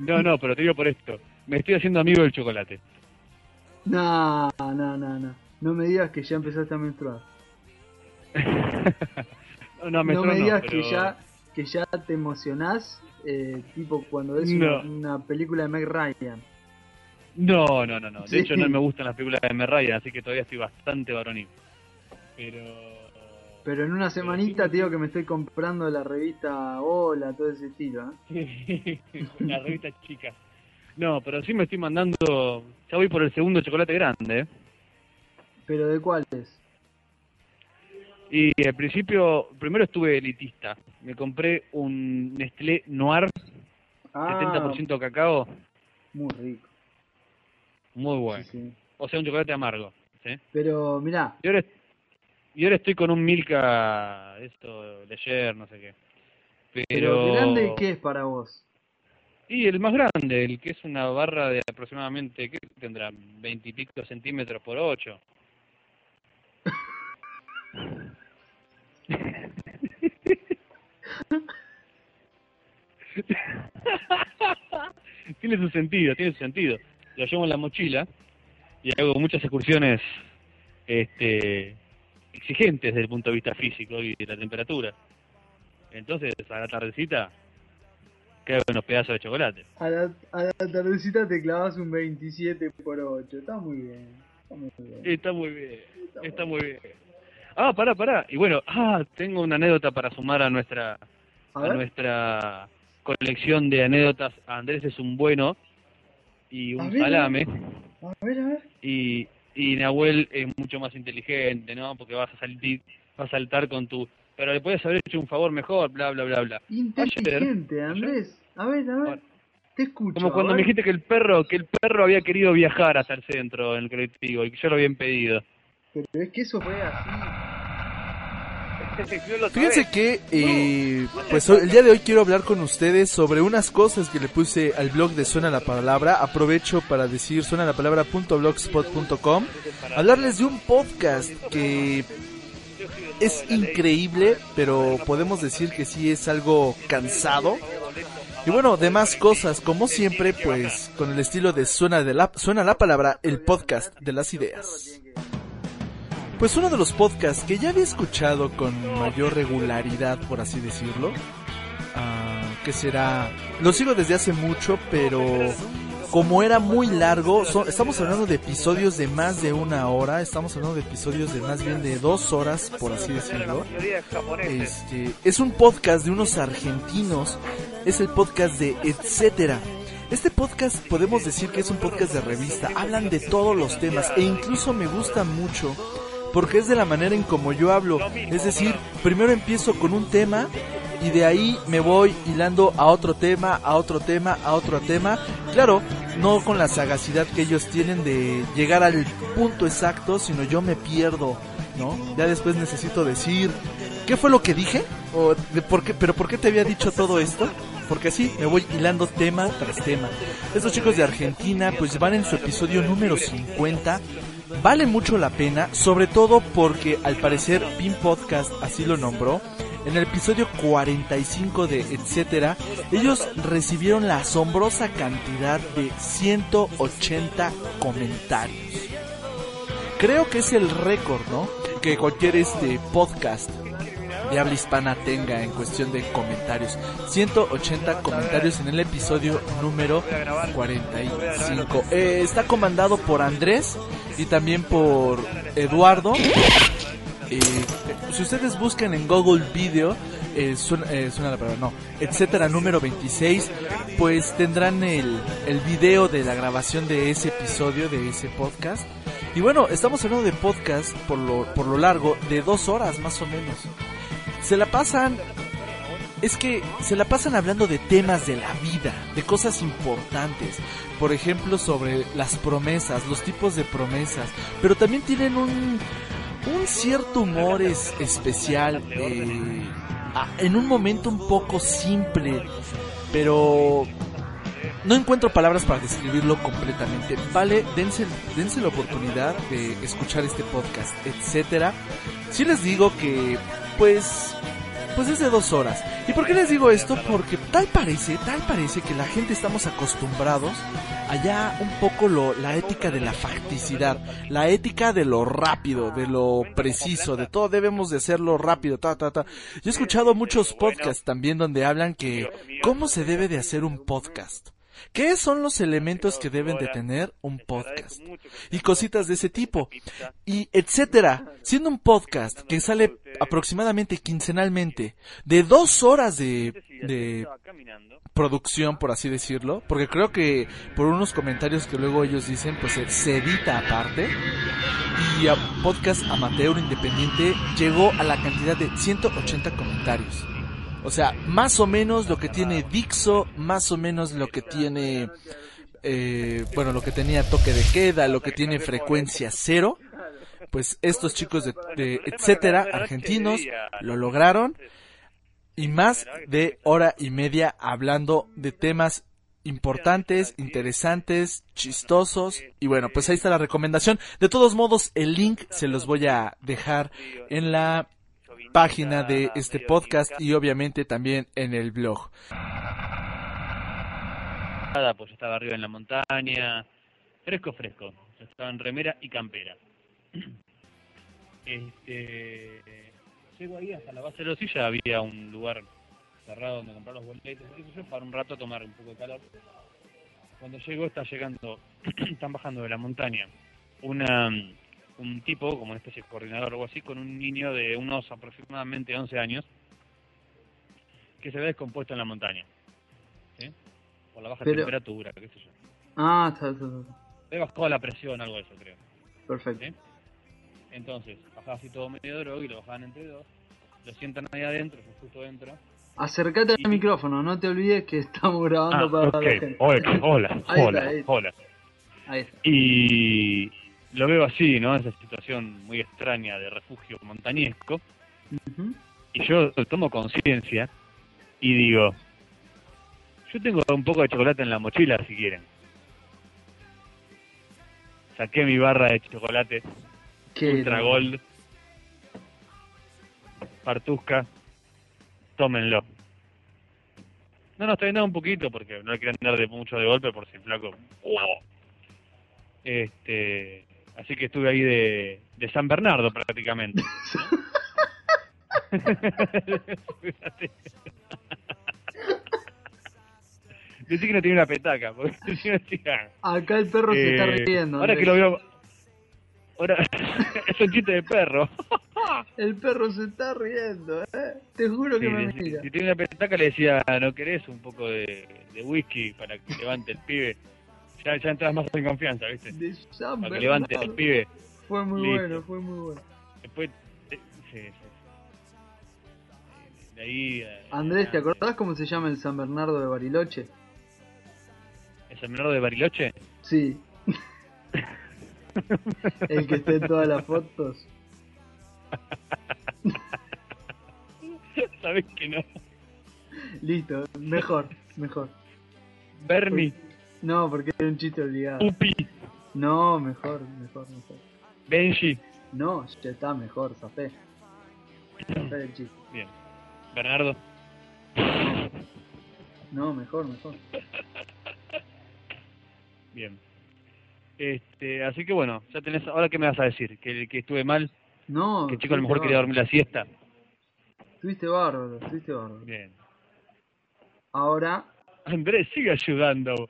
No, no, pero te digo por esto. Me estoy haciendo amigo del chocolate. No, no, no, no. No me digas que ya empezaste a menstruar. No, no, no menstruo me no, digas pero- que ya que ya te emocionás, eh, tipo cuando ves No. una, una película de Meg Ryan. No, no, no, no. De Sí. hecho, no me gustan las películas de M. Ryan, así que todavía estoy bastante varonil. Pero... Pero en una semanita te digo que me estoy comprando la revista Hola, todo ese estilo. ¿eh? la revista chica. No, pero sí me estoy mandando... Ya voy por el segundo chocolate grande, ¿eh? ¿Pero de cuáles? Y al principio, primero estuve elitista. Me compré un Nestlé Noir, Ah, 70% cacao, muy rico. muy bueno. sí, sí. O sea, un chocolate amargo. ¿sí? Pero mirá, Y, ahora, y ahora estoy con un Milka, esto, leyer, no sé qué. Pero... pero grande qué es para vos? Y el más grande, el que es una barra de aproximadamente, ¿qué tendrá? Veintipico centímetros por ocho. tiene su sentido, tiene su sentido. Lo llevo en la mochila y hago muchas excursiones este, exigentes desde el punto de vista físico y de la temperatura. Entonces, a la tardecita, quedan unos pedazos de chocolate. A la, a la tardecita te clavas un 27 por 8. Está muy bien. Está muy bien. Está muy bien, está muy bien. Ah, pará, pará. Y bueno, ah, tengo una anécdota para sumar a nuestra A a ver, nuestra colección de anécdotas. Andrés es un bueno y A un ver. salame. a ver, a ver. Y, y Nahuel es mucho más inteligente, ¿no? Porque vas a salir, vas a saltar con tu... Pero le podías haber hecho un favor mejor, bla, bla, bla, bla. Inteligente, Andrés. A ver, a ver. Bueno. Te escucho. Como cuando a me ver. dijiste que el perro que el perro había querido viajar hasta el centro en el colectivo y que yo lo había impedido. Pero es que eso fue así. No lo Fíjense sabés. que, eh, pues hoy- el día de hoy quiero hablar con ustedes sobre unas cosas que le puse al blog de Suena la Palabra. Aprovecho para decir suenalapalabra.blogspot.com. Hablarles de un podcast que es increíble, pero podemos decir que sí es algo cansado. Y bueno, demás cosas, como siempre, pues con el estilo de Suena, de la, Suena la Palabra, el podcast de las ideas. Pues uno de los podcasts que ya había escuchado con mayor regularidad, por así decirlo, ah, que será... Lo sigo desde hace mucho, pero como era muy largo, so- estamos hablando de episodios de más de una hora, estamos hablando de episodios de más bien de dos horas, por así decirlo. eh. Este, es un podcast de unos argentinos, es el podcast de Etcétera. Este podcast podemos decir que es un podcast de revista, hablan de todos los temas e incluso me gusta mucho porque es de la manera en como yo hablo, es decir, primero empiezo con un tema y de ahí me voy hilando a otro tema, a otro tema, a otro tema, claro, no con la sagacidad que ellos tienen de llegar al punto exacto, sino yo me pierdo, ¿no? Ya después necesito decir ¿Qué fue lo que dije? ¿O de por qué, ¿Pero por qué te había dicho todo esto? Porque así me voy hilando tema tras tema. Estos chicos de Argentina pues van en su episodio número 50. Vale mucho la pena, sobre todo porque al parecer Pin Podcast así lo nombró. En el episodio 45 de Etcétera, ellos recibieron la asombrosa cantidad de 180 comentarios creo que es el récord, ¿no? Que cualquier este podcast de habla hispana tenga en cuestión de comentarios. 180 comentarios en el episodio número 45. Eh, está comandado por Andrés y también por Eduardo. Eh, si ustedes buscan en Google Video, eh, suena, eh, suena la palabra, no, etcétera, número 26, pues tendrán el, el video de la grabación de ese episodio, de ese podcast. Y bueno, estamos hablando de podcast por lo, por lo largo de dos horas más o menos. Se la pasan... Es que se la pasan hablando de temas de la vida, de cosas importantes. Por ejemplo, sobre las promesas, los tipos de promesas. Pero también tienen un, un cierto humor es especial. eh, ah, en un momento un poco simple. Pero no encuentro palabras para describirlo completamente. Vale, dense, dense la oportunidad de escuchar este podcast, etcétera. Si les digo que, pues, pues es de dos horas. ¿Y por qué les digo esto? Porque tal parece, tal parece que la gente estamos acostumbrados allá un poco lo, la ética de la facticidad, la e- ética de lo rápido, de lo preciso, de todo debemos de hacerlo rápido, ta, ta, ta. Yo he escuchado muchos podcasts también donde hablan que cómo se debe de hacer un podcast. ¿Qué son los elementos que deben de tener un podcast? Y cositas de ese tipo. eh, Y etcétera. Siendo un podcast que sale aproximadamente quincenalmente de dos horas de, de producción, por así decirlo, porque creo que por unos comentarios que luego ellos dicen, pues se- se edita aparte. Y a Podcast Amateur Independiente llegó a la cantidad de 180 comentarios. O sea, más o menos lo que tiene Dixo, más o menos lo que tiene, eh, bueno, lo que tenía toque de queda, lo que tiene frecuencia cero. Pues estos chicos de, de etcétera, argentinos, lo lograron y más de hora y media hablando de temas importantes, interesantes, chistosos y bueno, pues ahí está la recomendación. De todos modos, el link se los voy a dejar en la página de este podcast y obviamente también en el blog. Nada, pues yo estaba arriba en la montaña, fresco, fresco. Yo estaba en remera y campera. Este, llego ahí hasta la base de los sillas, había un lugar cerrado donde comprar los boletos, qué sé yo, para un rato a tomar un poco de calor. Cuando llego está llegando, están bajando de la montaña una un tipo, como una especie de coordinador o algo así, con un niño de unos aproximadamente 11 años que se ve descompuesto en la montaña. ¿sí? Por la baja Pero- temperatura, qué sé yo. Ah, está, está, está. Le bajó la presión, algo de eso, creo. Perfecto. ¿Sí? Entonces, bajaba así todo medio drogo y lo bajaban entre dos. Lo sientan ahí adentro, yo justo dentro. Acercate al Y- micrófono, no te olvides que estamos grabando para la gente. Ah, Hola, hola, Ahí está, ahí está. hola. Ahí está. Y lo veo así, ¿no? Esa situación muy extraña de refugio montañesco. Ujú. Y yo tomo conciencia y digo, yo tengo un poco de chocolate en la mochila si quieren. Saqué mi barra de chocolate Qué Ultra lindo. Gold, Partusca, tómenlo. No, no, estoy andando un poquito porque no le quiero andar de mucho de golpe por si el flaco. Este, así que estuve ahí de, de San Bernardo prácticamente. Fíjate. Decí que no tenía una petaca, porque si no decía, Acá el perro se está eh, riendo. Ahora Andrés. que lo veo. Ahora. es un chiste de perro. El perro se está riendo, ¿eh? Te juro que Sí, me sí, mira. si tiene una petaca, le decía, ¿no querés un poco de, de whisky para que levante el pibe? Ya, ya entras más en confianza, ¿viste? De San Para que Bernardo. levante el pibe. Fue muy Listo. bueno, fue muy bueno. Después. eh, sí, sí, sí. De ahí. eh, Andrés, ¿te adelante. acordás cómo se llama el San Bernardo de Bariloche? ¿Es el menor de Bariloche? Sí. el que está en todas las fotos. Sabés que no. Listo, mejor, mejor. Bernie, No, porque era un chiste obligado. Upi, No, mejor, mejor, mejor. Benji. No, ya está mejor, zafé. Zafé el chiste. Bien. Bernardo. No, mejor, mejor. Bien. Este, así que bueno, ya tenés, ahora qué me vas a decir, que, que estuve mal, No, que el chico a lo mejor estuviste quería dormir la siesta. bárbaro, Estuviste bárbaro, estuviste bárbaro. Bien. Ahora, Andrés, sigue ayudando.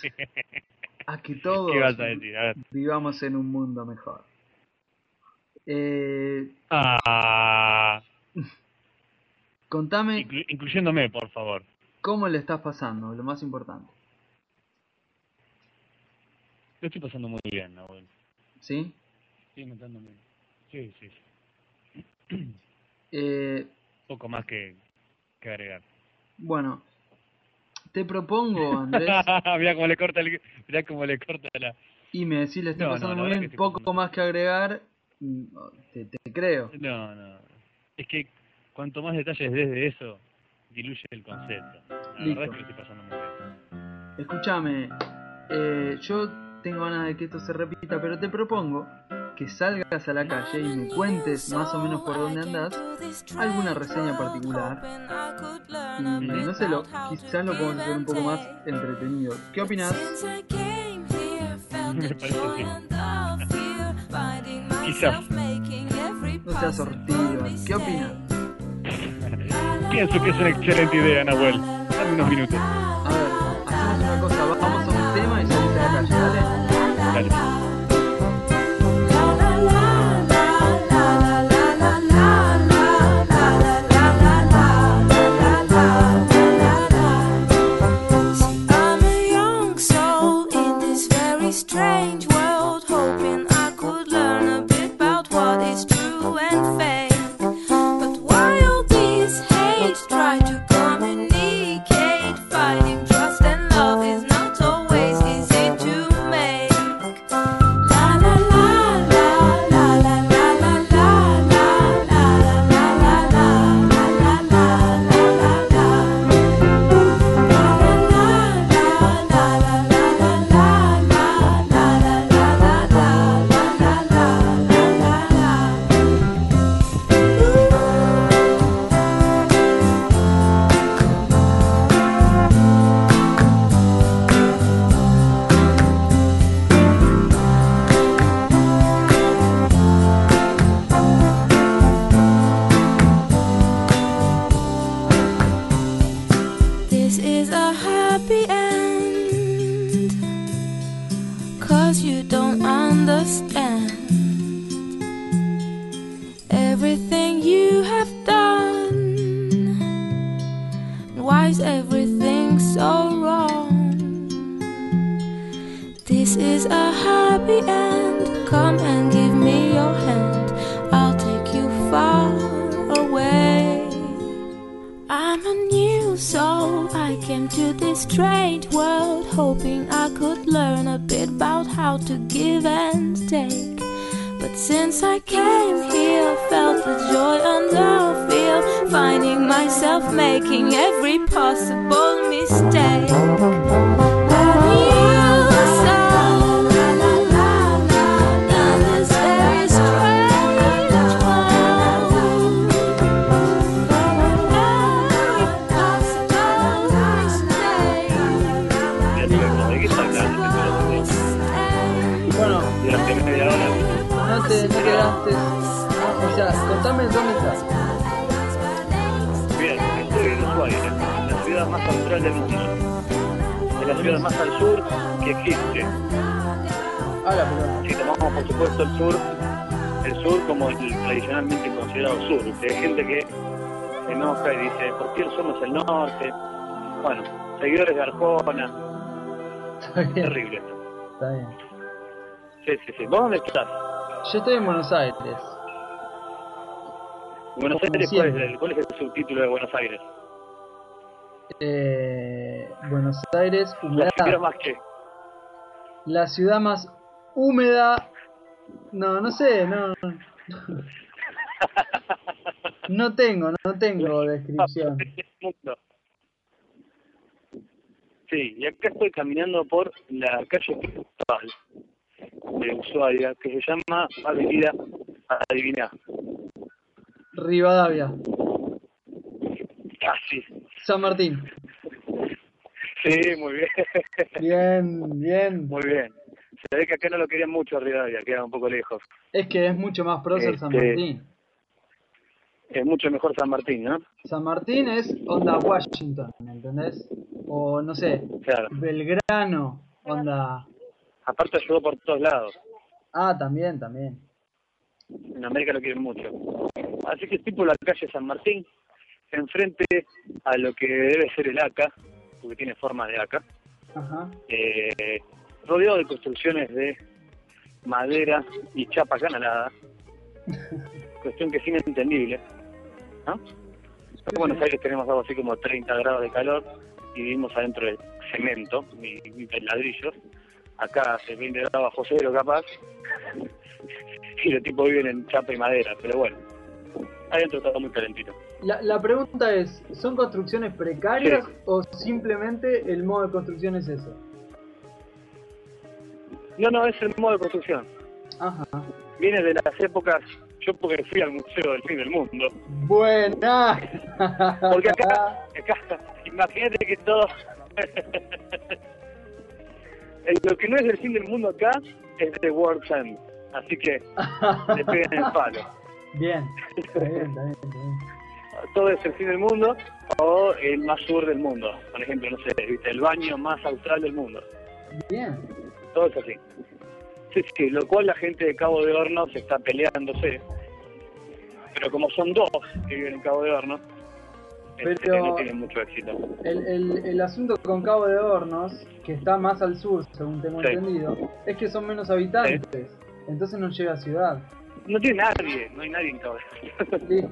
¿Qué, a que todos qué vas a decir? A ver. vivamos en un mundo mejor. Eh, Ah, contame inclu- incluyéndome, por favor. cómo le estás pasando, lo más importante. Lo estoy pasando muy bien, Nahuel. ¿Sí? Estoy inventando muy bien. Sí, sí, sí. Eh, Poco más que, que agregar. bueno, te propongo, Andrés, mirá cómo le corta el, mirá cómo le corta la. y me decís, le está No, no, pasando la muy verdad bien, que te poco comprendo. más que agregar, mm, te, te creo. No, no. Es que cuanto más detalles desde eso, diluye el concepto. La Listo. verdad es que lo estoy pasando muy bien. Escúchame, eh, yo tengo ganas de que esto se repita, pero te propongo que salgas a la calle y me cuentes más o menos por dónde andás alguna reseña particular. y Y Mm, no sé, lo, quizás lo podemos hacer un poco más entretenido. ¿Qué ¿Qué opinas? opinas? Me parece Quizás. No seas sortido. ¿Qué opinas? Pienso que es una excelente idea, Nahuel. Dame unos minutos. A ver, hacemos una cosa, vamos a un tema y salimos a la calle, ¿dale? Dale. I'm a young soul in this very strange world, hoping I could learn a bit about what is true and fake. But while these hate try to communicate, finding trust and love is not always easy to make. La la la la la la la la la la la always a happy end. Cause you don't understand everything you have done. Why is everything so wrong? This is a happy end. Come and give me your hand. I'll take you far away. I'm a new soul. I came to this strange world hoping I could learn a bit about how to give and take. But since I came here, felt the joy and the fear, finding myself making every possible mistake. ¿De qué está hablando? Bueno, Durante media hora. no te no quedaste. O sea, contame dónde estás. Bien, estoy en Ushuaia, la ciudad más austral del mundo. Es la ciudad más al sur que existe. Habla, pero. Si tomamos por supuesto el sur, el sur como el tradicionalmente considerado sur, ¿viste? hay gente que se enoja y dice, ¿por qué somos el norte? Bueno, seguidores de Arjona, Está bien, terrible. está bien. Sí, sí, sí. ¿Vos dónde estás? Yo estoy en Buenos Aires. Buenos Como Aires, ¿cuál es, siempre. el, cuál es el subtítulo de Buenos Aires? Eh, Buenos Aires, La humedad. ciudad más que... La ciudad más húmeda. No, no sé, no. no. No tengo, no tengo descripción. mundo. Sí, y acá estoy caminando por la calle principal de Ushuaia, que se llama Avenida Adiviná. Rivadavia, Casi. San Martín. Sí, muy bien, Bien, bien. muy bien. Se ve que acá no lo querían mucho arriba, ya queda un poco lejos. Es que es mucho más prócer San Este- Martín. Es mucho mejor San Martín, ¿no? San Martín es onda Washington, ¿entendés? O no sé, Claro. Belgrano, onda. Aparte ayudó por todos lados. Ah, también, también. En América lo quieren mucho. Así que estoy por la calle San Martín, enfrente a lo que debe ser el ACA, porque tiene forma de ACA. Ajá. eh, rodeado de construcciones de madera y chapa canalada. Cuestión que es inentendible. ¿no? Acá En Buenos Aires tenemos algo así como 30 grados de calor y vivimos adentro de cemento y, y de ladrillos. Acá hace 20 grados bajo cero capaz y los tipos viven en chapa y madera, pero bueno. Adentro está todo muy calentito. La, la pregunta es, ¿son construcciones precarias o simplemente el modo de construcción es ese? No, no, es el modo de construcción. Ajá. Viene de las épocas, yo porque fui al Museo del Fin del Mundo, Buena. Porque acá, acá, imagínate que todo. Eh, Lo que no es del fin del mundo acá es de World's End. Así que le pegan el palo. Bien. Está bien, está bien, está bien. Todo es el fin del mundo o el más sur del mundo. Por ejemplo, no sé, ¿viste? el baño más austral del mundo. Bien. Todo es así. Sí, sí, lo cual la gente de Cabo de Hornos está peleándose. Pero como son dos que viven en Cabo de Hornos, este, Pero- no tienen mucho éxito. El, el, el asunto con Cabo de Hornos, que está más al sur, según tengo Sí. entendido, es que son menos habitantes. Entonces no llega a ciudad. No tiene nadie, no hay nadie en Cabo de Hornos. Listo.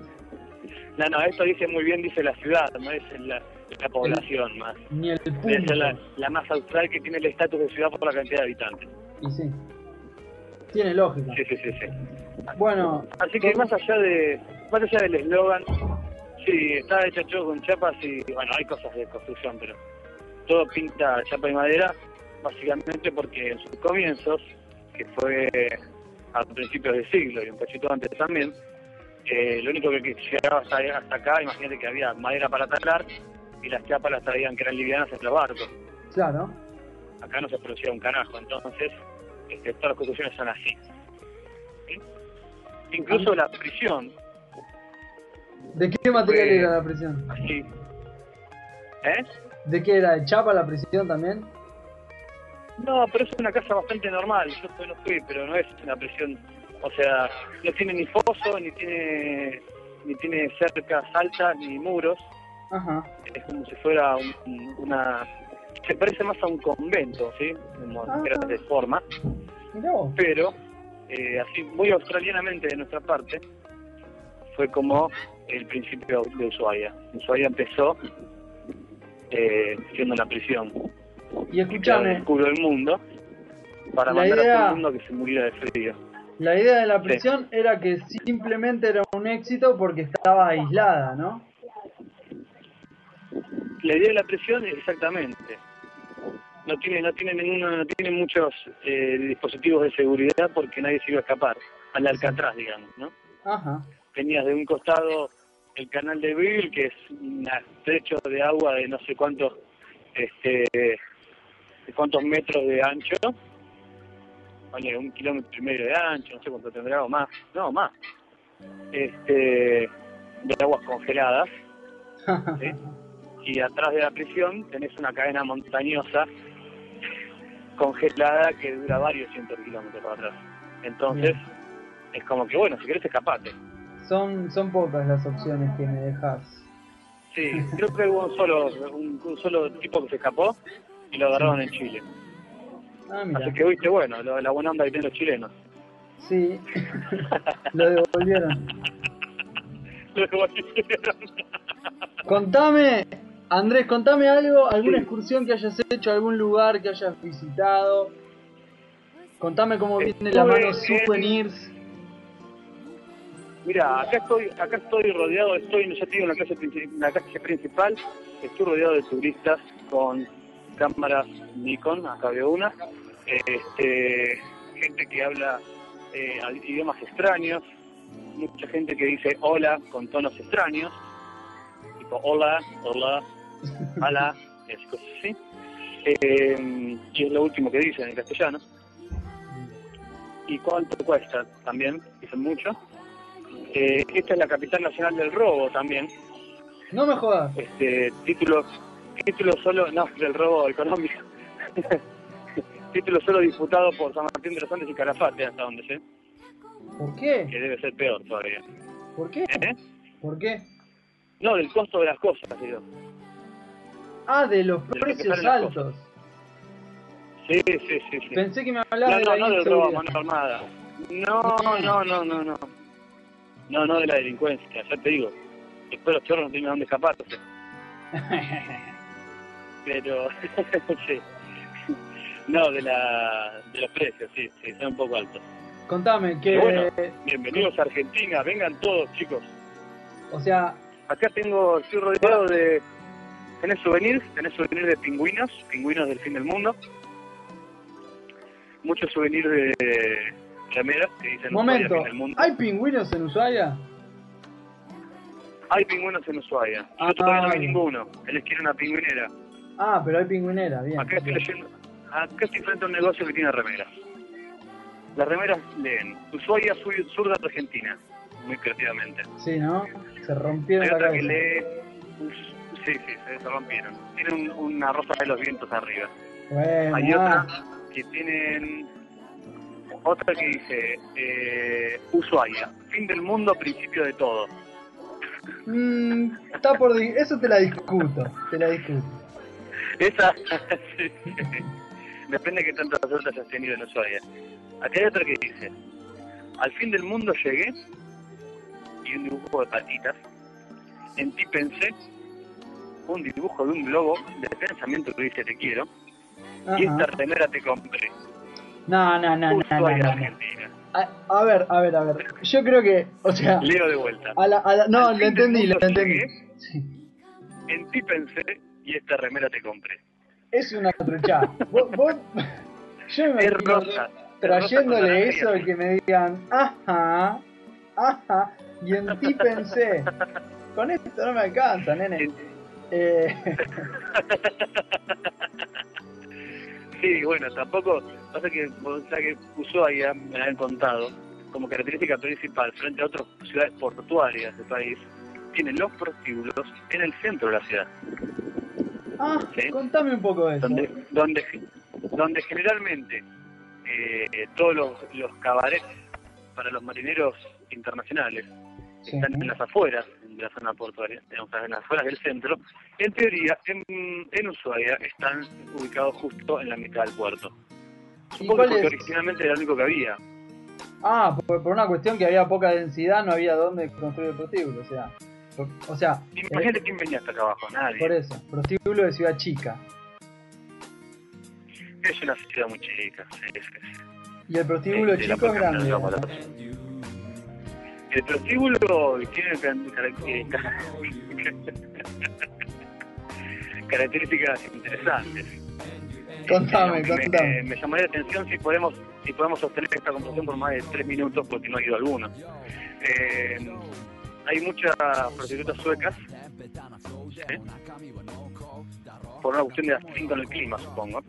No, no, esto dice muy bien, dice la ciudad, no es la, la población más. Ni el Debe ser la, punto. la más austral que tiene el estatus de ciudad por la cantidad de habitantes. Y sí. Tiene lógica. Sí, sí, sí, sí. Bueno, Así que más allá de más allá del eslogan, sí, está hecho todo con chapas y, bueno, hay cosas de construcción, pero todo pinta chapa y madera, básicamente porque en sus comienzos, que fue a principios del siglo y un poquito antes también, eh, lo único que que llegaba hasta, hasta acá, imagínate que había madera para talar y las chapas las traían que eran livianas en los barcos. claro. Acá no se producía un carajo, entonces este, todas las construcciones son así. ¿Sí? Incluso la prisión Pues, ¿De qué material era la prisión? así. ¿Eh? ¿De qué era? ¿De Chapa la prisión también? No, pero es una casa bastante normal. Yo todavía no fui, pero no es una prisión. O sea, no tiene ni foso, ni tiene ni tiene cercas altas, ni muros. Ajá. Es como si fuera un- un- una. Se parece más a un convento, ¿sí? Como Ah. era de forma. Mirá vos. Pero, eh, así muy australianamente de nuestra parte, fue como el principio de Ushuaia. Ushuaia empezó eh, siendo una prisión. Y en escuchame, el culo del mundo para La mandar idea- a todo el mundo que se muriera de frío. la idea de la prisión era que simplemente era un éxito porque estaba aislada, ¿no? La idea de la prisión, exactamente. No tiene, no tiene ninguno, no tiene muchos eh, dispositivos de seguridad porque nadie se iba a escapar. Al Alcatraz, digamos, ¿no? Ajá. Tenías de un costado el canal de Bill, que es un estrecho de agua de no sé cuántos, este, de cuántos metros de ancho. Vale, un kilómetro y medio de ancho, no sé cuánto tendrá o más. No, más. Este, de aguas congeladas Sí. y atrás de la prisión tenés una cadena montañosa congelada que dura varios cientos de kilómetros para atrás. Entonces, es como que, bueno, si querés escapate. son, son pocas las opciones que me dejas. Sí, creo que hubo un solo, un, un solo tipo que se escapó y lo agarraron en Chile. Ah, mira. Así que, viste, bueno, lo- la buena onda que tienen los chilenos. Sí. Lo devolvieron. Contame, Andrés, contame algo, alguna excursión que hayas hecho, algún lugar que hayas visitado. Contame cómo viene la Estuve mano en- souvenirs. Mira, acá estoy, acá estoy rodeado, estoy, ya te digo, en la calle, princi- en la calle principal, estoy rodeado de turistas con cámaras Nikon, acá veo una, este, gente que habla eh, idiomas extraños, mucha gente que dice hola con tonos extraños, tipo hola, hola, hola, es cosas así, Eh, y es lo último que dicen en castellano. ¿Y cuánto cuesta? También, dicen mucho. Eh, esta es la capital nacional del robo también. No me jodas. Este, título, título solo, no, del robo económico. título solo disputado por San Martín de los Andes y Calafate, hasta donde sé, ¿Por qué? que debe ser peor todavía. ¿Por qué? ¿Eh? ¿Por qué? No, del costo de las cosas, digo. Ah, de los lo que precios salen las altos. Sí, sí, sí. sí. Pensé que me No, hablabas de no, la no del robo a inseguridad. mano armada. No, no, no, no, no. No, no de la delincuencia, ya te digo. Después los chorros no tienen dónde escaparse. Pero, sí. No, de, la, de los precios, sí, sí, son un poco altos. Contame, que, Pero bueno, bienvenidos a Argentina, vengan todos, chicos. o sea, Acá tengo, estoy rodeado de... Tenés souvenirs, tenés souvenirs de pingüinos, pingüinos del fin del mundo. Muchos souvenirs de remeras que dicen Ushuaia, momento, fin del mundo. ¿hay pingüinos en Ushuaia? Hay pingüinos en Ushuaia. Yo todavía no Ah. hay ninguno. Él quiere una pingüinera. Ah, pero hay pingüinera, bien. Acá estoy leyendo. Acá estoy frente a un negocio que tiene remeras. Las remeras leen Ushuaia sur, sur de Argentina, muy creativamente. Sí, ¿no? Se rompieron Hay la otra que cabeza. lee. Us- Sí, sí, se se rompieron. Tienen una rosa de los vientos arriba. Bueno, Hay ah, otra que tienen. Otra que dice eh, Ushuaia, fin del mundo, principio de todo. mm, está por di- eso te la discuto, te la discuto. Esa, sí, sí. Depende de qué tantas suerte hayas tenido en Ushuaia. Acá hay otra que dice, al fin del mundo llegué, y un dibujo de patitas, en ti pensé, un dibujo de un globo, de pensamiento que dice te quiero, y esta Ajá. remera te compré, No, no, no, no, no, Ushuaia, no, no. Argentina. A, a ver, a ver, a ver. Yo creo que, o sea, Leo de vuelta. a la, a la- no, Al lo fin del entendí, lo mundo entendí. llegué, Sí. En ti pensé, y esta remera te compré. Es una truchada. vos, vos- yo me Es imagino rosa, trayéndole es rosa eso con de que me digan, ajá, ajá, y en ti pensé. Con esto no me alcanza, nene. Eh, Sí, bueno, tampoco, pasa que, o sea, que Ushuaia, me han contado, como característica principal frente a otras ciudades portuarias del país, tiene los prostíbulos en el centro de la ciudad. Ah, Sí. contame un poco de eso. donde donde donde generalmente eh, todos los, los cabarets para los marineros internacionales Sí. están en las afueras de la zona portuaria, o sea, en las afueras del centro, en teoría, en, en Ushuaia están ubicados justo en la mitad del puerto. ¿Y Supongo cuál que es? originalmente era el único que había. Ah, por, por una cuestión que había poca densidad, no había dónde construir el prostíbulo, o sea. por- o sea, Imagínate eh, quién venía hasta acá abajo, por nadie. eso, prostíbulo de ciudad chica. Es una ciudad muy chica. sí, sí, sí. Y el prostíbulo Este, la chico es propia grande. Fernanda ¿no? Zapata. El prostíbulo tiene can- caracter- características interesantes. Contame, Este, me- contame. Me, me llamaría la atención si podemos si podemos sostener esta conversación por más de tres minutos porque no ha ido alguno. Eh, hay muchas prostitutas suecas. ¿eh? Por una cuestión de abstín con el clima, supongo.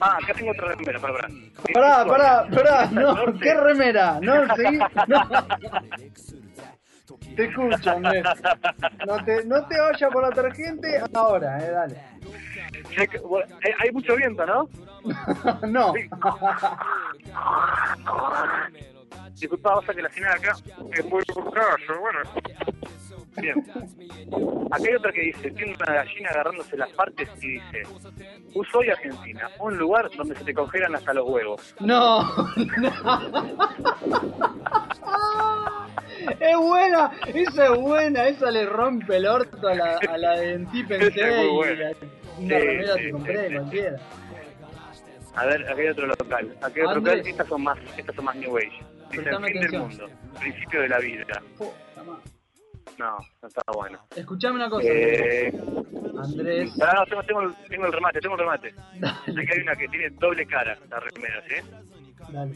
Ah, acá tengo otra remera, para, para. Pará, pará, pará, no, Norte. qué remera, no, seguí, no. Te escucho, Andrés. No te, no te vayas por la tarjeta ahora, eh, dale. Sé que- bueno, eh, hay mucho viento, ¿no? No, Disculpa, pasa que la señal acá es muy burcayo, bueno. Bien. Acá hay otra que dice, tiene una gallina agarrándose las partes y dice, uso y Argentina, un lugar donde se te congelan hasta los huevos. no, Es buena, esa es buena, esa le rompe el orto a la, a la de en ti pensé Esa es muy y buena. la- Sí, una remera sí, te compré sí, de sí. cualquiera. A ver, acá hay otro local. Acá hay otro Andrés. local, estas son más, estas son más New Age. Dice, el Prestame fin del atención. mundo, principio de la vida. Puta madre. No, no está bueno. Escuchame una cosa, Eh, Andrés. pará, no, tengo, tengo, el- tengo el remate, tengo el remate. Acá hay una que tiene doble cara, la remera, ¿sí? Dale.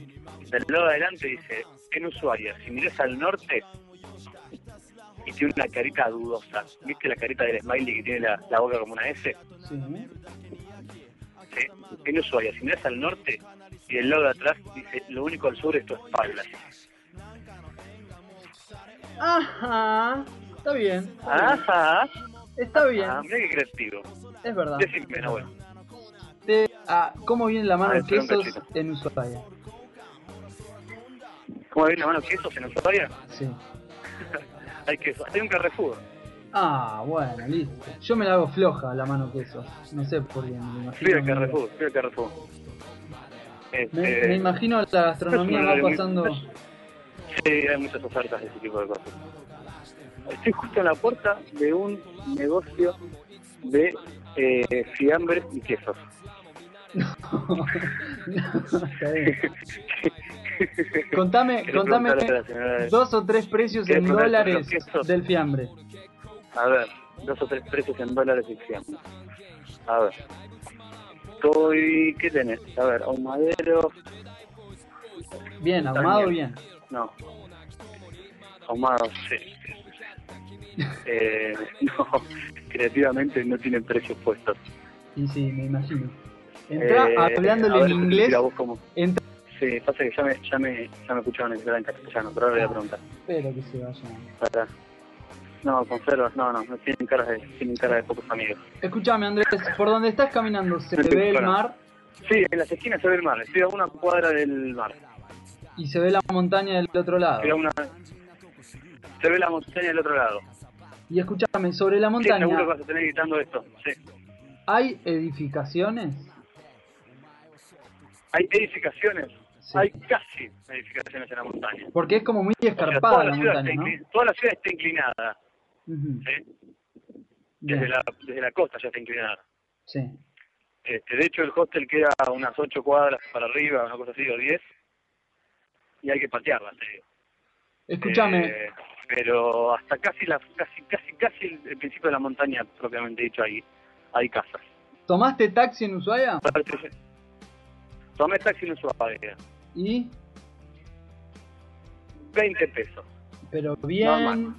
Del lado de adelante dice, en Ushuaia, si miras al norte y tiene una carita dudosa, ¿viste la carita del smiley que tiene la, la boca como una S? Sí. Sí. En Ushuaia, si miras al norte y del lado de atrás dice, lo único al sur es tu espalda. Ajá, está bien, Ajá, está Ah, bien, ah, mira Ah, qué creativo. es verdad. Decime, no, bueno. Te- ah, ¿Cómo viene la mano A ver, de quesos espera un en Ushuaia? ¿Cómo viene la mano quesos en Ushuaia? Sí. Hay queso, hay un Carrefour. Ah, bueno, listo. Yo me la hago floja la mano quesos. No sé por qué, me Fui imagino. al Carrefour, fui al Carrefour. Me, Este, me imagino la gastronomía es un va horario muy- pasando. Sí, hay muchas ofertas de ese tipo de cosas. Estoy justo en la puerta de un negocio de eh, fiambres y quesos. Está bien. Contame, Quería contame preguntarle a la señora- dos o tres precios ¿Querés en preguntarle a dólares los quesos? del fiambre. A ver, dos o tres precios en dólares y fiambres. A ver. Estoy... ¿Qué tenés? A ver, ahumaderos... Bien, ahumado, bien. bien. No. Ahumados, sí. Eh, no, creativamente no tienen precios puestos. Y sí, me imagino. Entra Eh, hablándole a ver, en inglés. la voz como- Entra, Sí, pasa que ya me, ya me, ya me escucharon entrar en castellano, pero ahora le voy a preguntar. espero que se vaya. Pará. No, conservas, no, no, no tienen cara de, tienen cara de pocos amigos. Escúchame, Andrés, por donde estás caminando se No te ve el para. mar Sí, en las esquinas se ve el mar, estoy a una cuadra del mar. y se ve la montaña del otro lado. Estoy a una... Se ve la montaña del otro lado. Y escúchame, sobre la Sí, seguro que montaña, vas a tener gritando esto. Sí. ¿hay edificaciones? Hay edificaciones, Sí. hay casi edificaciones en la montaña. Porque es como muy O sea, escarpada toda, la la ciudad está montaña, ¿no? inclin- toda la ciudad está inclinada, Ujú, ¿sí? bien, Desde, la, desde la costa ya está inclinada. Sí, Este, de hecho, el hostel queda a unas ocho cuadras para arriba, una cosa así, o 10. Y hay que patearla, te digo. Escúchame, Eh, pero hasta casi, la, casi, casi, casi el, el principio de la montaña, propiamente dicho, hay, hay casas. ¿tomaste taxi en Ushuaia? Aparte, Tomé taxi en Ushuaia, Y, 20 pesos pero bien, Normal.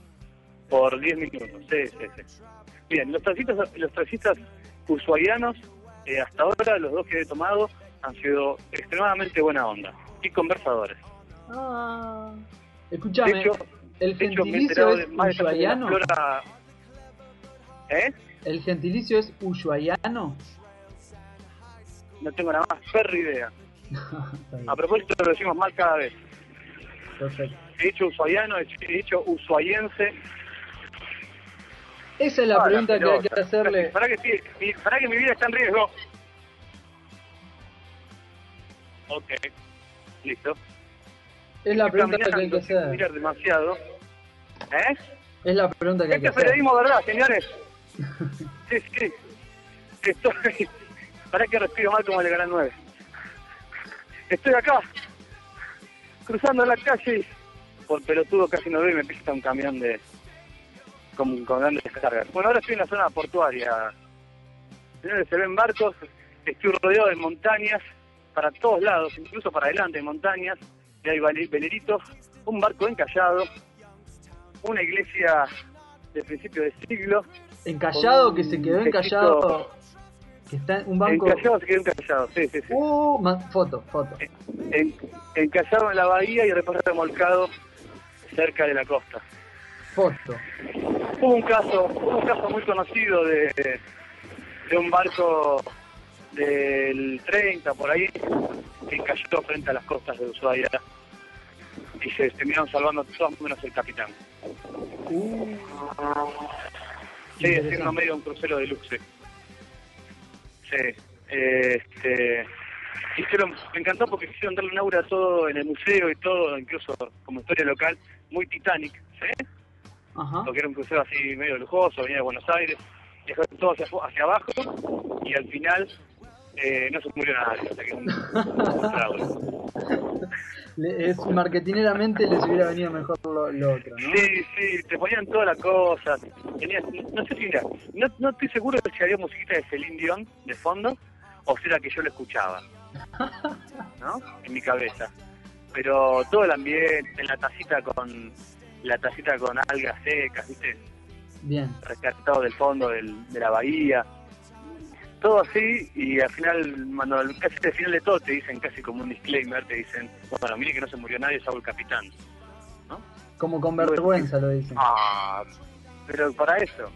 por 10 minutos. Sí, sí, sí. Bien, los taxistas, los taxistas ushuaianos, eh, hasta ahora, los dos que he tomado, han sido extremadamente buena onda y conversadores. Ah. De escúchame, hecho, ¿el De hecho, me he enterado gentilicio de es más detalles de la ushuaiano? flora. ¿Eh? ¿Eh? ¿El gentilicio es ushuaiano? No tengo la más perra idea. Está bien, A propósito, lo decimos mal cada vez. perfecto. He dicho usuariano, he dicho usuayense. Esa es la Ah, pregunta que hay pelota. que hacerle. Pará que, sí, mi- pará que mi vida está en riesgo. Ok, listo. Es la Estoy pregunta que hay caminando que sin hacer. mirar demasiado. ¿Eh? Es la pregunta que hay Este que es hacer. periodismo, ¿verdad, señores? Sí, sí. Estoy. Pará que respiro mal como el Canal 9. Estoy acá, cruzando la calle y por pelotudo casi no veo y me pisa un camión de. con, con grandes cargas. Bueno, ahora estoy en la zona portuaria. Señores, se ven barcos, estoy rodeado de montañas para todos lados, incluso para adelante, hay montañas, y hay vele- veleritos, un barco encallado, una iglesia de principio de siglo. Encallado, que se quedó Un encallado. Que está en un banco. Encallado se quedó encallado, sí, sí, sí. Uh, ma- foto, foto. En- encallado en la bahía y después remolcado cerca de la costa. Foto. Hubo un caso, hubo un caso muy conocido de, de un barco del 30 por ahí que cayó frente a las costas de Ushuaia y se terminaron salvando todos menos el capitán. Uh, Sí, Interesante. haciendo medio un crucero de luxe. Sí. eh, Este, hicieron, me encantó porque hicieron darle un aura a todo en el museo y todo, incluso como historia local, muy Titanic, ¿sí? ajá. Porque era un crucero así medio lujoso, venía de Buenos Aires, viajaron todo hacia, hacia abajo y al final eh, no se murió nadie, o sea que un, un fraude. Le- es marketineramente les hubiera venido mejor lo, lo otro, ¿no? Sí, sí, te ponían toda la cosa. Tenías, no sé si era, no, no estoy seguro de si había musiquita de Celine Dion de fondo o si era que yo lo escuchaba, ¿no? En mi cabeza. Pero todo el ambiente, la tacita con la tacita con algas secas, ¿viste? Bien. rescatado del fondo del- de la bahía. Todo así, y al final, cuando al- casi al final de todo te dicen, casi como un disclaimer, te dicen, bueno, mire que no se murió nadie, salvo el capitán. Como con vergüenza lo dicen. Ah, pero para eso.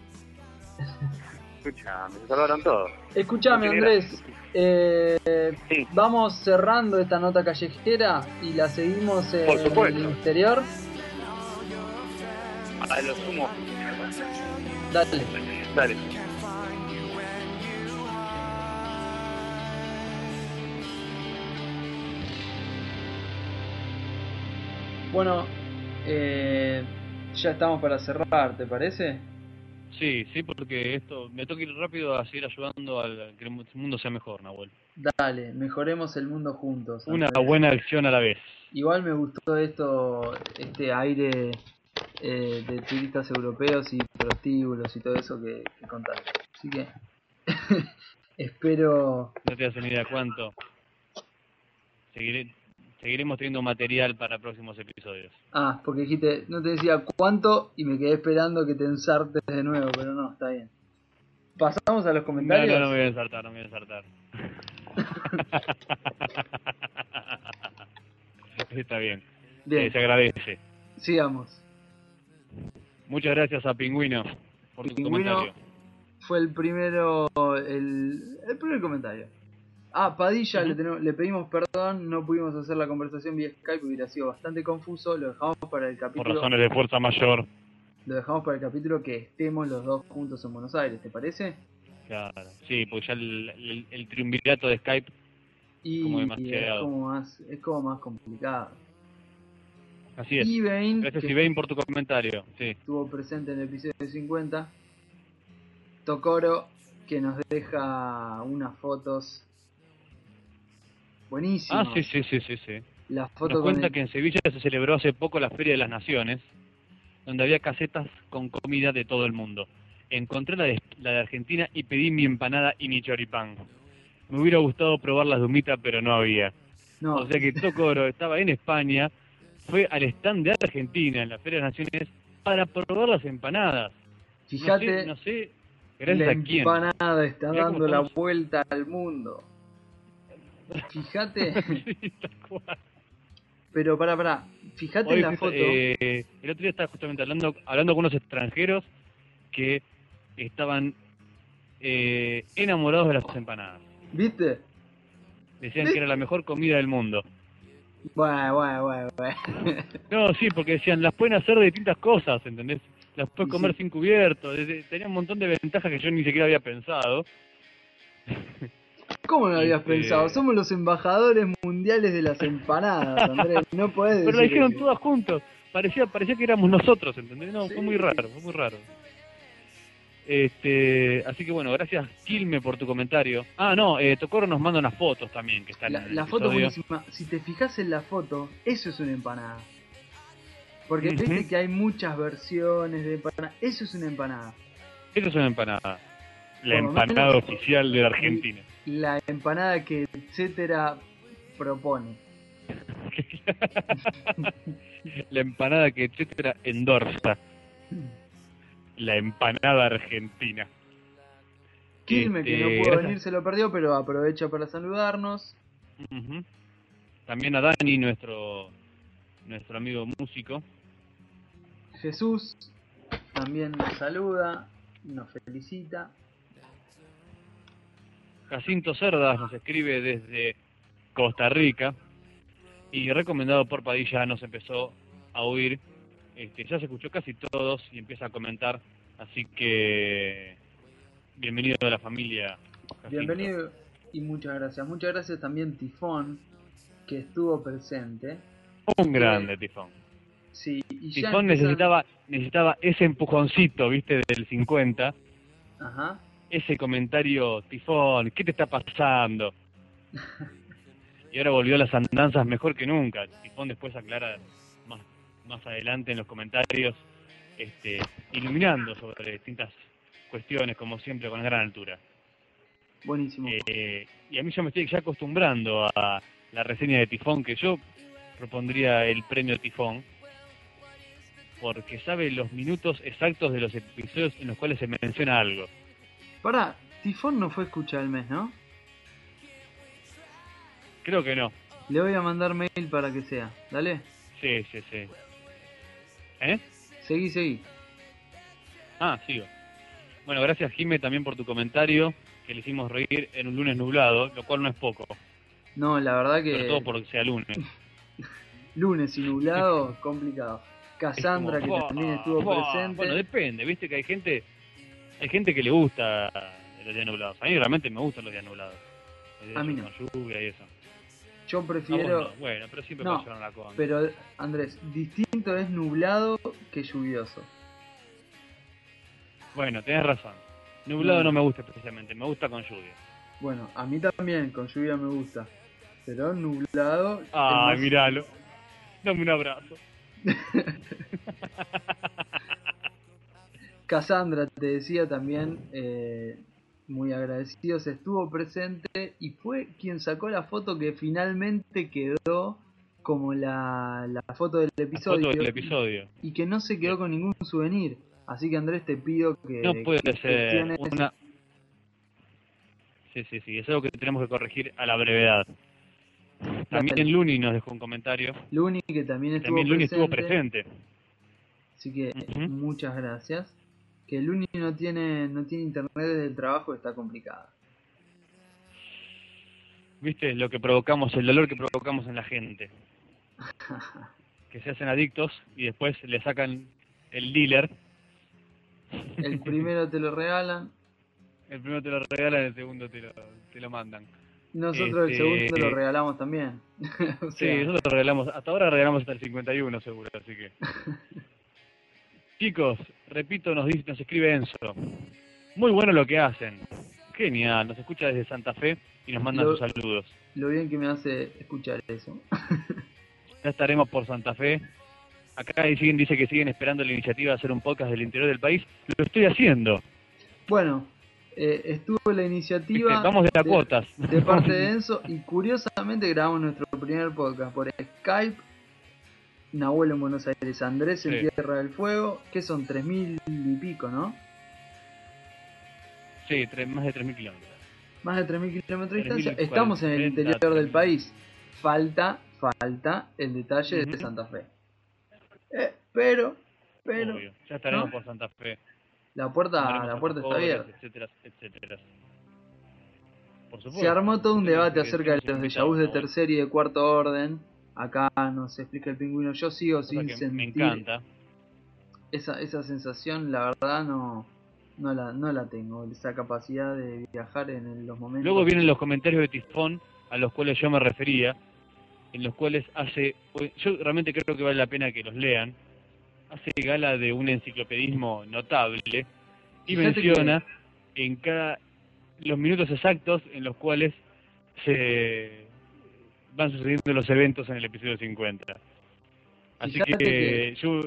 Escucha, me salvaron todos. Escuchame, no quería- Andrés. eh, Sí. vamos cerrando esta nota callejera y la seguimos en Por supuesto. el interior. A lo sumo, Dale. dale. Bueno, eh, ya estamos para cerrar, ¿te parece? Sí, sí, porque esto me toca ir rápido a seguir ayudando al que el mundo sea mejor, Nahuel. Dale, mejoremos el mundo juntos. Una Andrés. buena acción a la vez. Igual me gustó esto, este aire eh, de turistas europeos y prostíbulos y todo eso que, que contaste. Así que espero No te das ni idea cuánto. Seguiré- seguiremos teniendo material para próximos episodios. Ah, porque dijiste, no te decía cuánto y me quedé esperando que te ensartes de nuevo, pero no, está bien. Pasamos a los No, comentarios. no, no me voy a ensartar, no me voy a ensartar. Está bien, eh, Bien, se agradece. sigamos. Muchas gracias a Pingüino por tu Pingüino. comentario. Fue el primero, el, el primer comentario. Ah, Padilla, le, tenemos- le pedimos perdón, no pudimos hacer la conversación vía Skype, hubiera sido bastante confuso, lo dejamos para el Por capítulo, razones de fuerza mayor. lo dejamos para el capítulo que estemos los dos juntos en Buenos Aires, ¿te parece? Claro. Sí, porque ya el, el- el triunvirato de Skype, Y Como es demasiado. como más, es como más complicado. así es. Y Bain, Gracias que Ibain por tu comentario. Sí, estuvo presente en el episodio 50. Tokoro, que nos deja unas fotos buenísimas. Ah, sí, sí, sí, sí, sí. La foto Nos con cuenta el- que en Sevilla se celebró hace poco la Feria de las Naciones, donde había casetas con comida de todo el mundo. Encontré la de, la de Argentina y pedí mi empanada y mi choripán. Me hubiera gustado probar las dumitas, pero no había. No, O sea que Tocoro estaba en España, fue al stand de Argentina en la Feria de las Naciones para probar las empanadas. No sé- fíjate, no sé, gracias la a quién. empanada está Mirá cómo dando la estamos. vuelta al mundo. Fíjate, Sí, tal cual. pero pará, pará. Fíjate Hoy, en la justo, foto. eh, el otro día estaba justamente hablando, hablando con unos extranjeros que estaban eh, enamorados de las empanadas. ¿Viste? Decían que era la mejor comida del mundo. Bueno, bueno, bueno, bueno. No, sí, porque decían, las pueden hacer de distintas cosas, ¿entendés? Las Sí, pueden comer sí. sin cubierto. desde- Tenía un montón de ventajas que yo ni siquiera había pensado. ¿Cómo no habías Este- pensado? Somos los embajadores mundiales de las empanadas, Andrés. No podés Pero lo decir dijeron eso. todas juntos. Parecía, parecía que éramos nosotros, ¿entendés? No, Sí. fue muy raro, fue muy raro. Este, así que bueno, gracias Quilme por tu comentario. Ah, no, eh, Tocoro nos manda unas fotos también que están La, en el la foto es episodio. buenísima. Si te fijas en la foto, eso es una empanada. Porque Ujú. viste que hay muchas versiones de empanada. Eso es una empanada. Eso es una empanada. La Por lo empanada menos- oficial de la Argentina. La empanada que etcétera propone. La empanada que etcétera endorsa. La empanada argentina. Quilme, que Este, no pudo gracias. venir, se lo perdió, pero aprovecha para saludarnos. Ujú. También a Dani, nuestro nuestro amigo músico. Jesús también nos saluda, nos felicita. Jacinto Cerdas nos escribe desde Costa Rica y recomendado por Padilla nos empezó a oír. Este, ya se escuchó casi todos y empieza a comentar, así que bienvenido a la familia. Jacinto. Bienvenido y muchas gracias. Muchas gracias también Tifón, que estuvo presente. Un grande tifón. Sí, y ya empiezan- Tifón necesitaba necesitaba ese empujoncito, viste, del 50, Ajá. ese comentario Tifón, ¿qué te está pasando? Y ahora volvió a las andanzas mejor que nunca. Tifón después aclara más, más adelante en los comentarios, este, iluminando sobre distintas cuestiones, como siempre, con gran altura. Buenísimo. Eh, y a mí yo me estoy ya acostumbrando a la reseña de Tifón, que yo propondría el premio Tifón, porque sabe los minutos exactos de los episodios en los cuales se menciona algo. Pará, Tifón no fue escucha del mes, ¿no? Creo que no. Le voy a mandar mail para que sea. Dale. Sí, sí, sí. ¿Eh? Seguí, seguí. Ah, sigo. Bueno, gracias Jime también por tu comentario, que le hicimos reír en un lunes nublado, lo cual no es poco, No, la verdad sobre todo que porque sea lunes. lunes y nublado, complicado. Cassandra, Es como, que también "Buah, estuvo buah". presente. Bueno, depende, viste que hay gente hay gente que le gusta los días nublados. A mí realmente me gustan los días nublados. Los días A mí no. con lluvia y eso. Yo No, vos prefiero, no. Bueno, pero siempre No, me llevaron la con. pero Andrés, distinto es nublado que lluvioso. Bueno, tenés razón. Nublado Mm. no me gusta especialmente, me gusta con lluvia. Bueno, a mí también, con lluvia me gusta. Pero nublado. es Ay, más- míralo. Dame un abrazo. Cassandra, te decía también, eh, muy agradecidos, estuvo presente y fue quien sacó la foto que finalmente quedó como la, la foto del La episodio. foto del episodio. Y que no se quedó con ningún souvenir. Así que Andrés, te pido que. No puede Eh, que ser gestiones- una... Sí, sí, sí, es algo que tenemos que corregir a la brevedad. También Luni nos dejó un comentario. Luni, que también estuvo También Luni presente. estuvo presente. Así que Ujú. muchas gracias. Que Luni no tiene, no tiene internet desde el trabajo, está complicada. ¿Viste? Lo que provocamos, el dolor que provocamos en la gente. Que se hacen adictos y después le sacan el dealer. El primero te lo regalan, El primero te lo regalan, el segundo te lo, te lo mandan. nosotros el Este- segundo lo regalamos también. O Sí, sea, nosotros regalamos, hasta ahora regalamos hasta el 51 seguro, así que. Chicos, repito, nos dice, nos escribe Enzo. Muy bueno lo que hacen. Genial, nos escucha desde Santa Fe y nos manda Lo- sus saludos. lo bien que me hace escuchar eso. Ya estaremos por Santa Fe. Acá siguen, dice que siguen esperando la iniciativa de hacer un podcast del interior del país. Lo estoy haciendo. Bueno, eh, estuvo la Viste, iniciativa Vamos de las de- cuotas. de parte de Enzo y curiosamente grabamos nuestro primer podcast por Skype. Nahuel en Buenos Aires, Andrés en Sí. Tierra del Fuego, que son 3.000 y pico, ¿no? Sí, tres- más de 3.000 kilómetros. más de 3.000 kilómetros de 3.000 distancia. Estamos en el 40, interior del 3.000. país. Falta, falta el detalle de Ujú. Santa Fe. Eh, pero, pero Obvio. Ya estaremos ¿no? por Santa Fe. La puerta, Haremos la a puerta está pobres, abierta. Etcétera, etcétera. Por supuesto. Se armó todo un debate Tenemos que- acerca de los tenemos déjà invitados, vus de ¿no? tercer y de cuarto orden. Acá nos explica el pingüino. Yo sigo Cosa sin que sentir Me encanta. esa, esa sensación, la verdad no, no la, no la tengo, esa capacidad de viajar en el- los momentos. Luego vienen los comentarios de Tifón a los cuales yo me refería, en los cuales hace, pues, yo realmente creo que vale la pena que los lean, hace gala de un enciclopedismo notable y Fíjate menciona en cada los minutos exactos en los cuales se van sucediendo los eventos en el episodio 50. Así que, Fíjate que- yo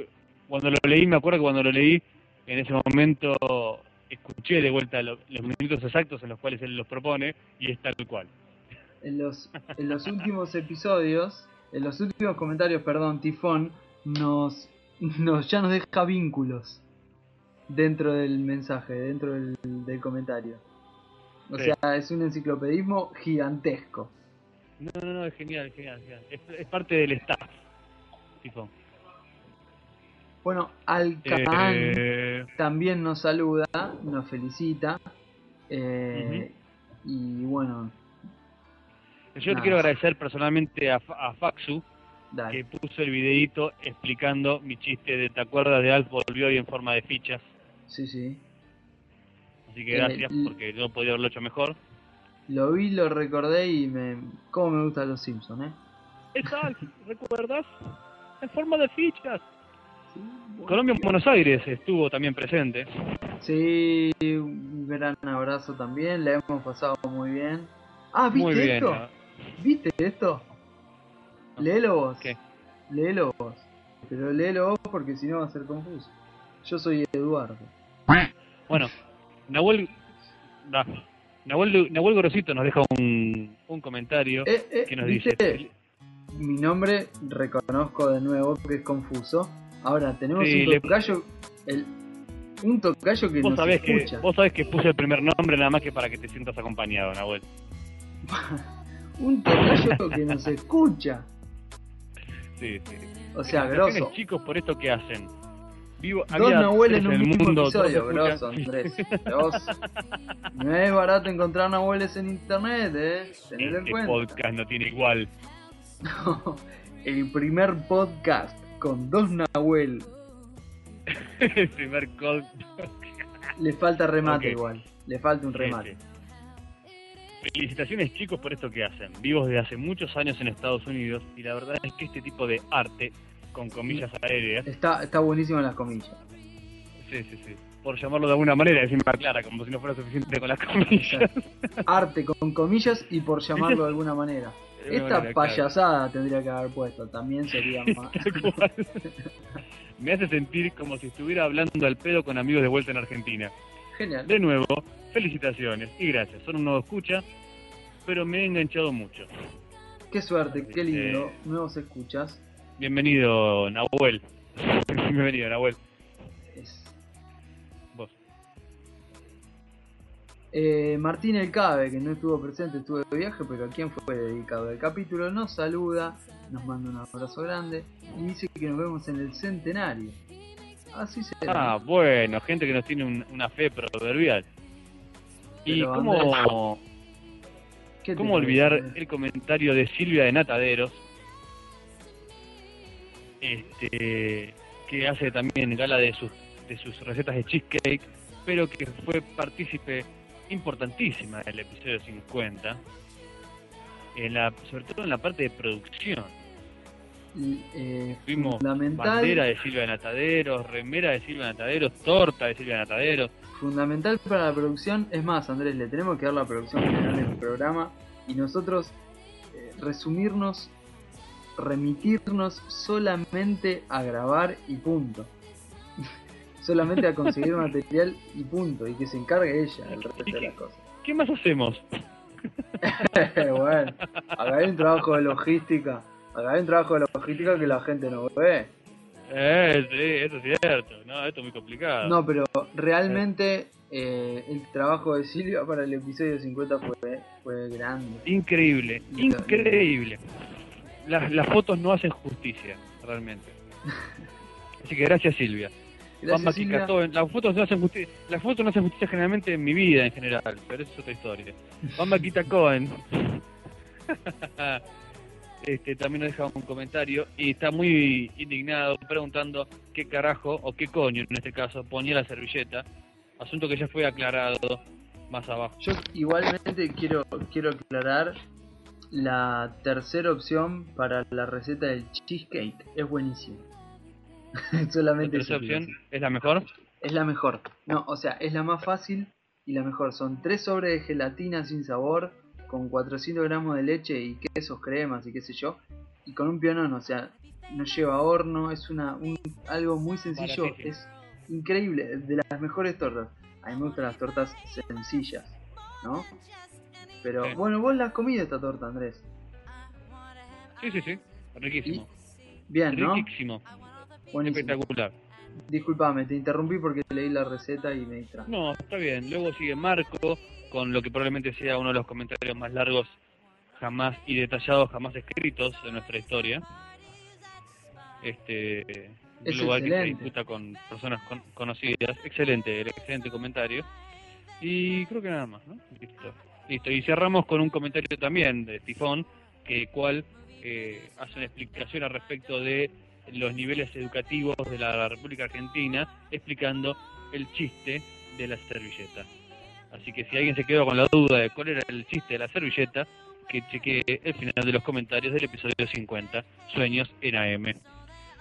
cuando lo leí, me acuerdo que cuando lo leí, en ese momento escuché de vuelta lo- los minutos exactos en los cuales él los propone y es tal cual. En los, en los últimos episodios, en los últimos comentarios, perdón, Tifón, nos, nos ya nos deja vínculos dentro del mensaje, dentro del, del comentario. O Sí. sea, es un enciclopedismo gigantesco. No, no, no, es genial, es genial. genial. Es, es parte del staff. Tipo. Bueno, Alcaán Eh, también nos saluda, nos felicita. eh, Y bueno, yo Nada. te quiero agradecer personalmente a, Fa- a Faxu dale. que puso el videito explicando mi chiste de te acuerdas de Alf volvió y en forma de fichas. Sí, sí. Así que Eh, gracias y- porque yo podía haberlo hecho mejor. Lo vi, lo recordé y me. ¿Cómo me gustan los Simpsons, eh? Es Alf, ¿recuerdas? En forma de fichas. Sí, Colombia en Buenos Aires estuvo también presente. Sí, un gran abrazo también, la hemos pasado muy bien. Ah, ¿viste Muy bien. esto? ¿no? ¿Viste esto? No. Léelo vos. ¿Qué? Léelo vos. Pero léelo vos porque si no va a ser confuso. Yo soy Eduardo. Bueno, Nahuel, da, Nahuel, Nahuel Grosito nos deja un, un comentario Eh, eh, que nos ¿viste? dice... Mi nombre reconozco de nuevo que es confuso. Ahora, tenemos Sí, un le- tocayo. El, un tocayo que Vos nos sabés, que, escucha. vos sabés que puse el primer nombre nada más que para que te sientas acompañado, Nahuel. Un tocayo que nos escucha. Sí, sí. O sea, Felicitaciones, grosso. chicos por esto que hacen. Vivo, Dos había Nahuel tres en un mismo dos episodio, escuchan- grosso, Andrés. Grosso. No es barato encontrar Nahueles en internet, eh. Tened en Este cuenta. podcast no tiene igual. El primer podcast con dos Nahuel. el primer call. Le falta remate Ok. igual. Le falta un Sí, remate. sí. Felicitaciones chicos por esto que hacen. Vivos desde hace muchos años en Estados Unidos y la verdad es que este tipo de arte, con comillas aéreas, Está, está buenísimo en las comillas. sí, sí, sí, por llamarlo de alguna manera, decirme clara, como si no fuera suficiente con las comillas. Arte con comillas y por llamarlo de alguna manera. De alguna Esta manera, payasada tendría que haber puesto. También sería más. claro. Tal cual. Me hace sentir como si estuviera hablando al pedo con amigos de vuelta en Argentina. Genial. De nuevo, felicitaciones y gracias. Son un nuevo escucha, pero me he enganchado mucho. Qué suerte, qué lindo. Eh. Nuevos escuchas. Bienvenido, Nahuel. Bienvenido, Nahuel. Es- Vos. Eh, Martín El Cabe, que no estuvo presente, estuvo de viaje, pero a quien fue dedicado el capítulo, nos saluda, nos manda un abrazo grande y dice que nos vemos en el centenario. Así será. Ah, bueno, gente que nos tiene un- una fe proverbial. ¿Y Pero, cómo, ¿Qué te cómo parece? olvidar el comentario de Silvia de Nataderos? Este, que hace también gala de sus, de sus recetas de cheesecake, pero que fue partícipe importantísima del episodio 50, en la, sobre todo en la parte de producción. Y, eh, Tuvimos fundamental, bandera de Silvia de Nataderos, remera de Silvia de Nataderos, torta de Silvia de Nataderos. fundamental para la producción. Es más, Andrés, le tenemos que dar la producción general del programa y nosotros eh, resumirnos, remitirnos solamente a grabar y punto. solamente a conseguir material y punto. Y que se encargue ella del resto de las cosas. ¿Qué más hacemos? bueno, acá hay un trabajo de logística. Acá hay un trabajo de logística que la gente no ve. Eh, sí, eso es cierto. No, esto es muy complicado. No, pero realmente eh, el trabajo de Silvia para el episodio 50 fue, fue grande. Increíble, No, no. increíble. Las, las fotos no hacen justicia, realmente. Así que gracias, Silvia. Bamba Gracias, Silvia. Kika, todo. Las fotos no hacen justicia. Las fotos no hacen justicia generalmente en mi vida en general, pero eso es otra historia. Bamba Kita Cohen. este, también nos deja un comentario y está muy indignado preguntando qué carajo o qué coño en este caso ponía la servilleta. Asunto que ya fue aclarado más abajo. Yo igualmente quiero, quiero aclarar la tercera opción para la receta del cheesecake. Es buenísimo. La Solamente tercera eso quiero opción decir. es la mejor. Es la mejor. No, o sea, es la más fácil y la mejor. Son tres sobres de gelatina sin sabor, con 400 gramos de leche y quesos, cremas y qué sé yo. Y con un pianón, o sea, no lleva horno, es una un- algo muy sencillo. Baratísimo. Es increíble, de las mejores tortas. A mí me gustan las tortas sencillas, ¿no? Pero Sí. bueno, vos la has comido esta torta, Andrés. Sí, sí, sí. Riquísimo. Bien, ¿no? Riquísimo. Buenísimo. Espectacular. Disculpame, te interrumpí porque leí la receta y me distraje. No, está bien. Luego sigue Marco con lo que probablemente sea uno de los comentarios más largos jamás y detallados jamás escritos de nuestra historia. Este un Es lugar que se excelente. disputa con personas con- conocidas. Excelente, el excelente comentario. Y creo que nada más, ¿no? Listo. Listo. Y cerramos con un comentario también de Tifón, que cual eh, hace una explicación al respecto de los niveles educativos de la República Argentina, explicando el chiste de la servilleta. Así que si alguien se quedó con la duda de cuál era el chiste de la servilleta, que chequee el final de los comentarios del episodio 50, Sueños en AM.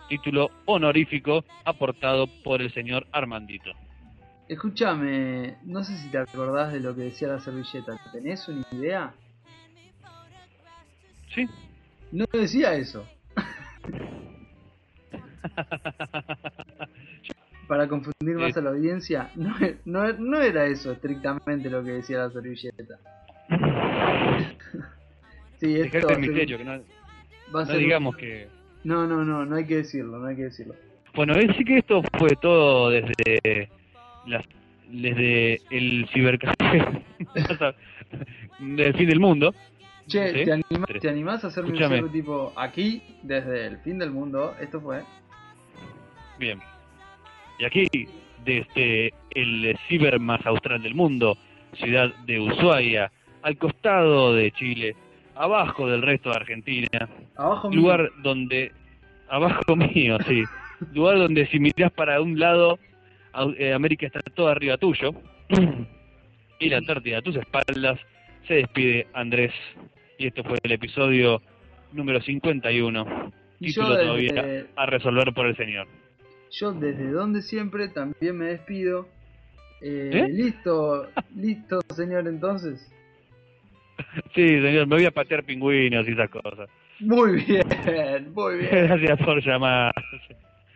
Título honorífico aportado por el señor Armandito. Escúchame, no sé si te acordás de lo que decía la servilleta. ¿Tenés una idea? ¿Sí? No decía eso. Para confundir más Eh. a la audiencia, no, e- no e- no era eso estrictamente lo que decía la servilleta. Sí, esto Dejarte va el a ser- misterio, que no, va a no ser- digamos que... No, no, no, no hay que decirlo, no hay que decirlo. Bueno, es sí que esto fue todo desde las, desde el cibercafé del fin del mundo. Che, Sí, ¿te, anima- tres. te animás a hacerme Escúchame. un show tipo aquí, desde el fin del mundo? Esto fue. Bien. Y aquí, desde el ciber más austral del mundo, ciudad de Ushuaia, al costado de Chile, abajo del resto de Argentina, Abajo mío. lugar donde, abajo mío, sí, lugar donde si mirás para un lado, au- eh, América está toda arriba tuyo, y la Antártida a tus espaldas, se despide Andrés. Y esto fue el episodio número 51, Y yo título todavía desde- a resolver por el señor. Yo desde donde siempre también me despido. Eh, ¿Eh? Listo, listo, señor, entonces. Sí, señor, me voy a patear pingüinos y esas cosas. Muy bien, muy bien. Gracias por llamar.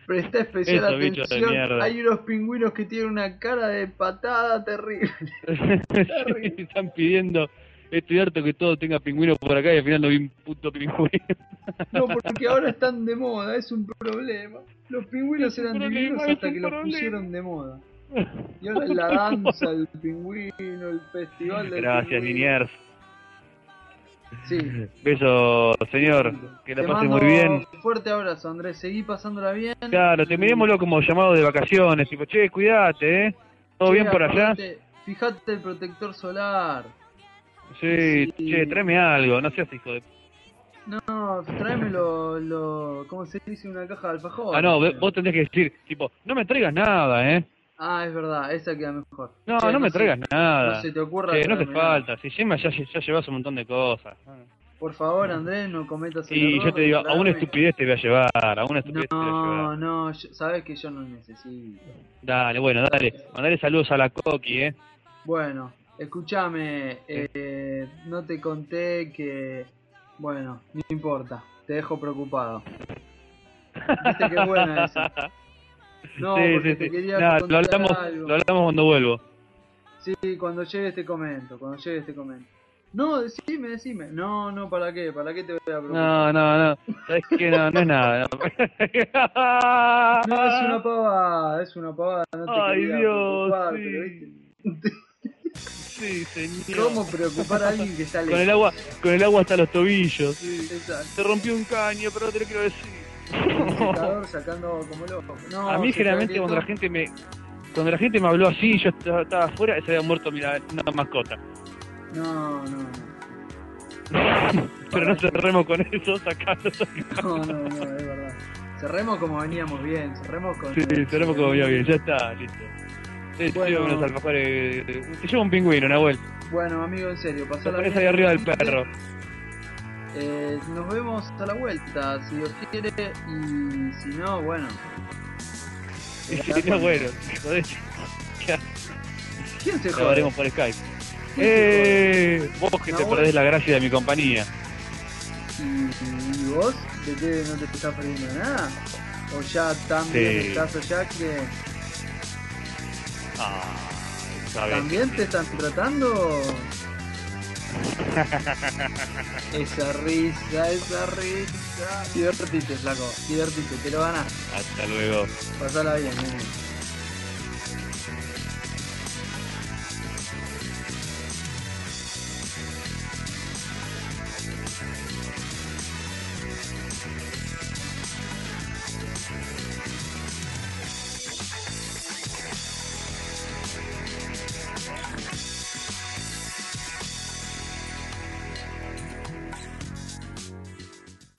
Presta especial Eso, bicho de atención. mierda. Hay unos pingüinos que tienen una cara de patada terrible. Sí, están pidiendo, estoy harto que todo tenga pingüinos por acá y al final no vi un puto pingüino. No, porque ahora están de moda, es un problema. Los pingüinos Es un eran problema, divinos es hasta un que los problema. pusieron de moda. Y ahora la danza, el pingüino, el festival del Gracias, pingüino. Liniers. Sí. Beso, señor. Que la Te pase mando muy bien. un Fuerte abrazo, Andrés. Seguí pasándola bien. Claro, terminémoslo como llamado de vacaciones. Tipo, che, cuídate, ¿eh? ¿Todo Che, bien por allá? acordate, Fijate el protector solar. Sí, sí. che, tráeme algo. No seas hijo de... No, tráeme lo, lo- ¿Cómo se dice? Una caja de alfajor. Ah, no, ve- vos tendrías que decir, tipo, no me traigas nada, ¿eh? Ah, es verdad, esa queda mejor. No, Che, no me se- traigas nada. No se te ocurra. Che, no hace traerme nada. Ah, falta, si Gemma ya, ya llevas un montón de cosas. Por favor, Andrés, no cometas el Y error yo te de digo, a una traerme- estupidez te voy a llevar, a una estupidez te voy a llevar. No, no, yo- sabes que yo no necesito. Dale, bueno, dale, mandale saludos a la Coqui, eh. Bueno, escúchame, eh, no te conté que... Bueno, no importa, te dejo preocupado. Viste qué buena esa. No, sí, porque sí, te sí. quería Nada, contar lo hablamos, algo. lo hablamos cuando vuelvo. Sí, cuando llegue te comento, cuando llegue te comento. No, decime, decime. No, no, ¿para qué? ¿Para qué te voy a preocupar? No, no, no, sabes que no, no es nada. No, es una pavada, es una pavada, no te Ay, quería Dios, preocupar, pero viste, sí. Sí, señor. ¿Cómo preocupar a alguien que está Con el lejos? agua, con el agua hasta los tobillos. sí. Exacto. Se rompió un caño, pero no te lo quiero decir. computador sacando como loco. No, a mí se generalmente cayó cuando la todo. gente me cuando la gente me habló así, yo estaba estaba afuera, se había muerto mira, una mascota. No, no, no. Pero no cerremos con eso, sacando. No, no, no, es verdad. Cerremos como veníamos bien, cerremos con. Sí, cerremos como bien, bien, ya está, listo. Te Bueno. llevo unos alfajores, eh, te llevo un pingüino, Nahuel. Bueno, amigo, en serio, Te pasar la pones ahí arriba del perro. Eh, nos vemos a la vuelta, si Dios quiere, y si no, bueno. Y si no, bueno, te jodés, ¿Quién se jode? grabaremos por ¿Quién Skype. se Eh, vos que te Nahuel. perdés la gracia de mi compañía. jode? ¿Y, y vos? ¿De qué no te estás perdiendo nada? ¿O ya tan Sí. bien estás allá que Ah, sabés. también te están tratando? esa risa, esa risa. Divertite, flaco, divertite, te lo ganas. eh. Hasta luego. Pasala bien, nene.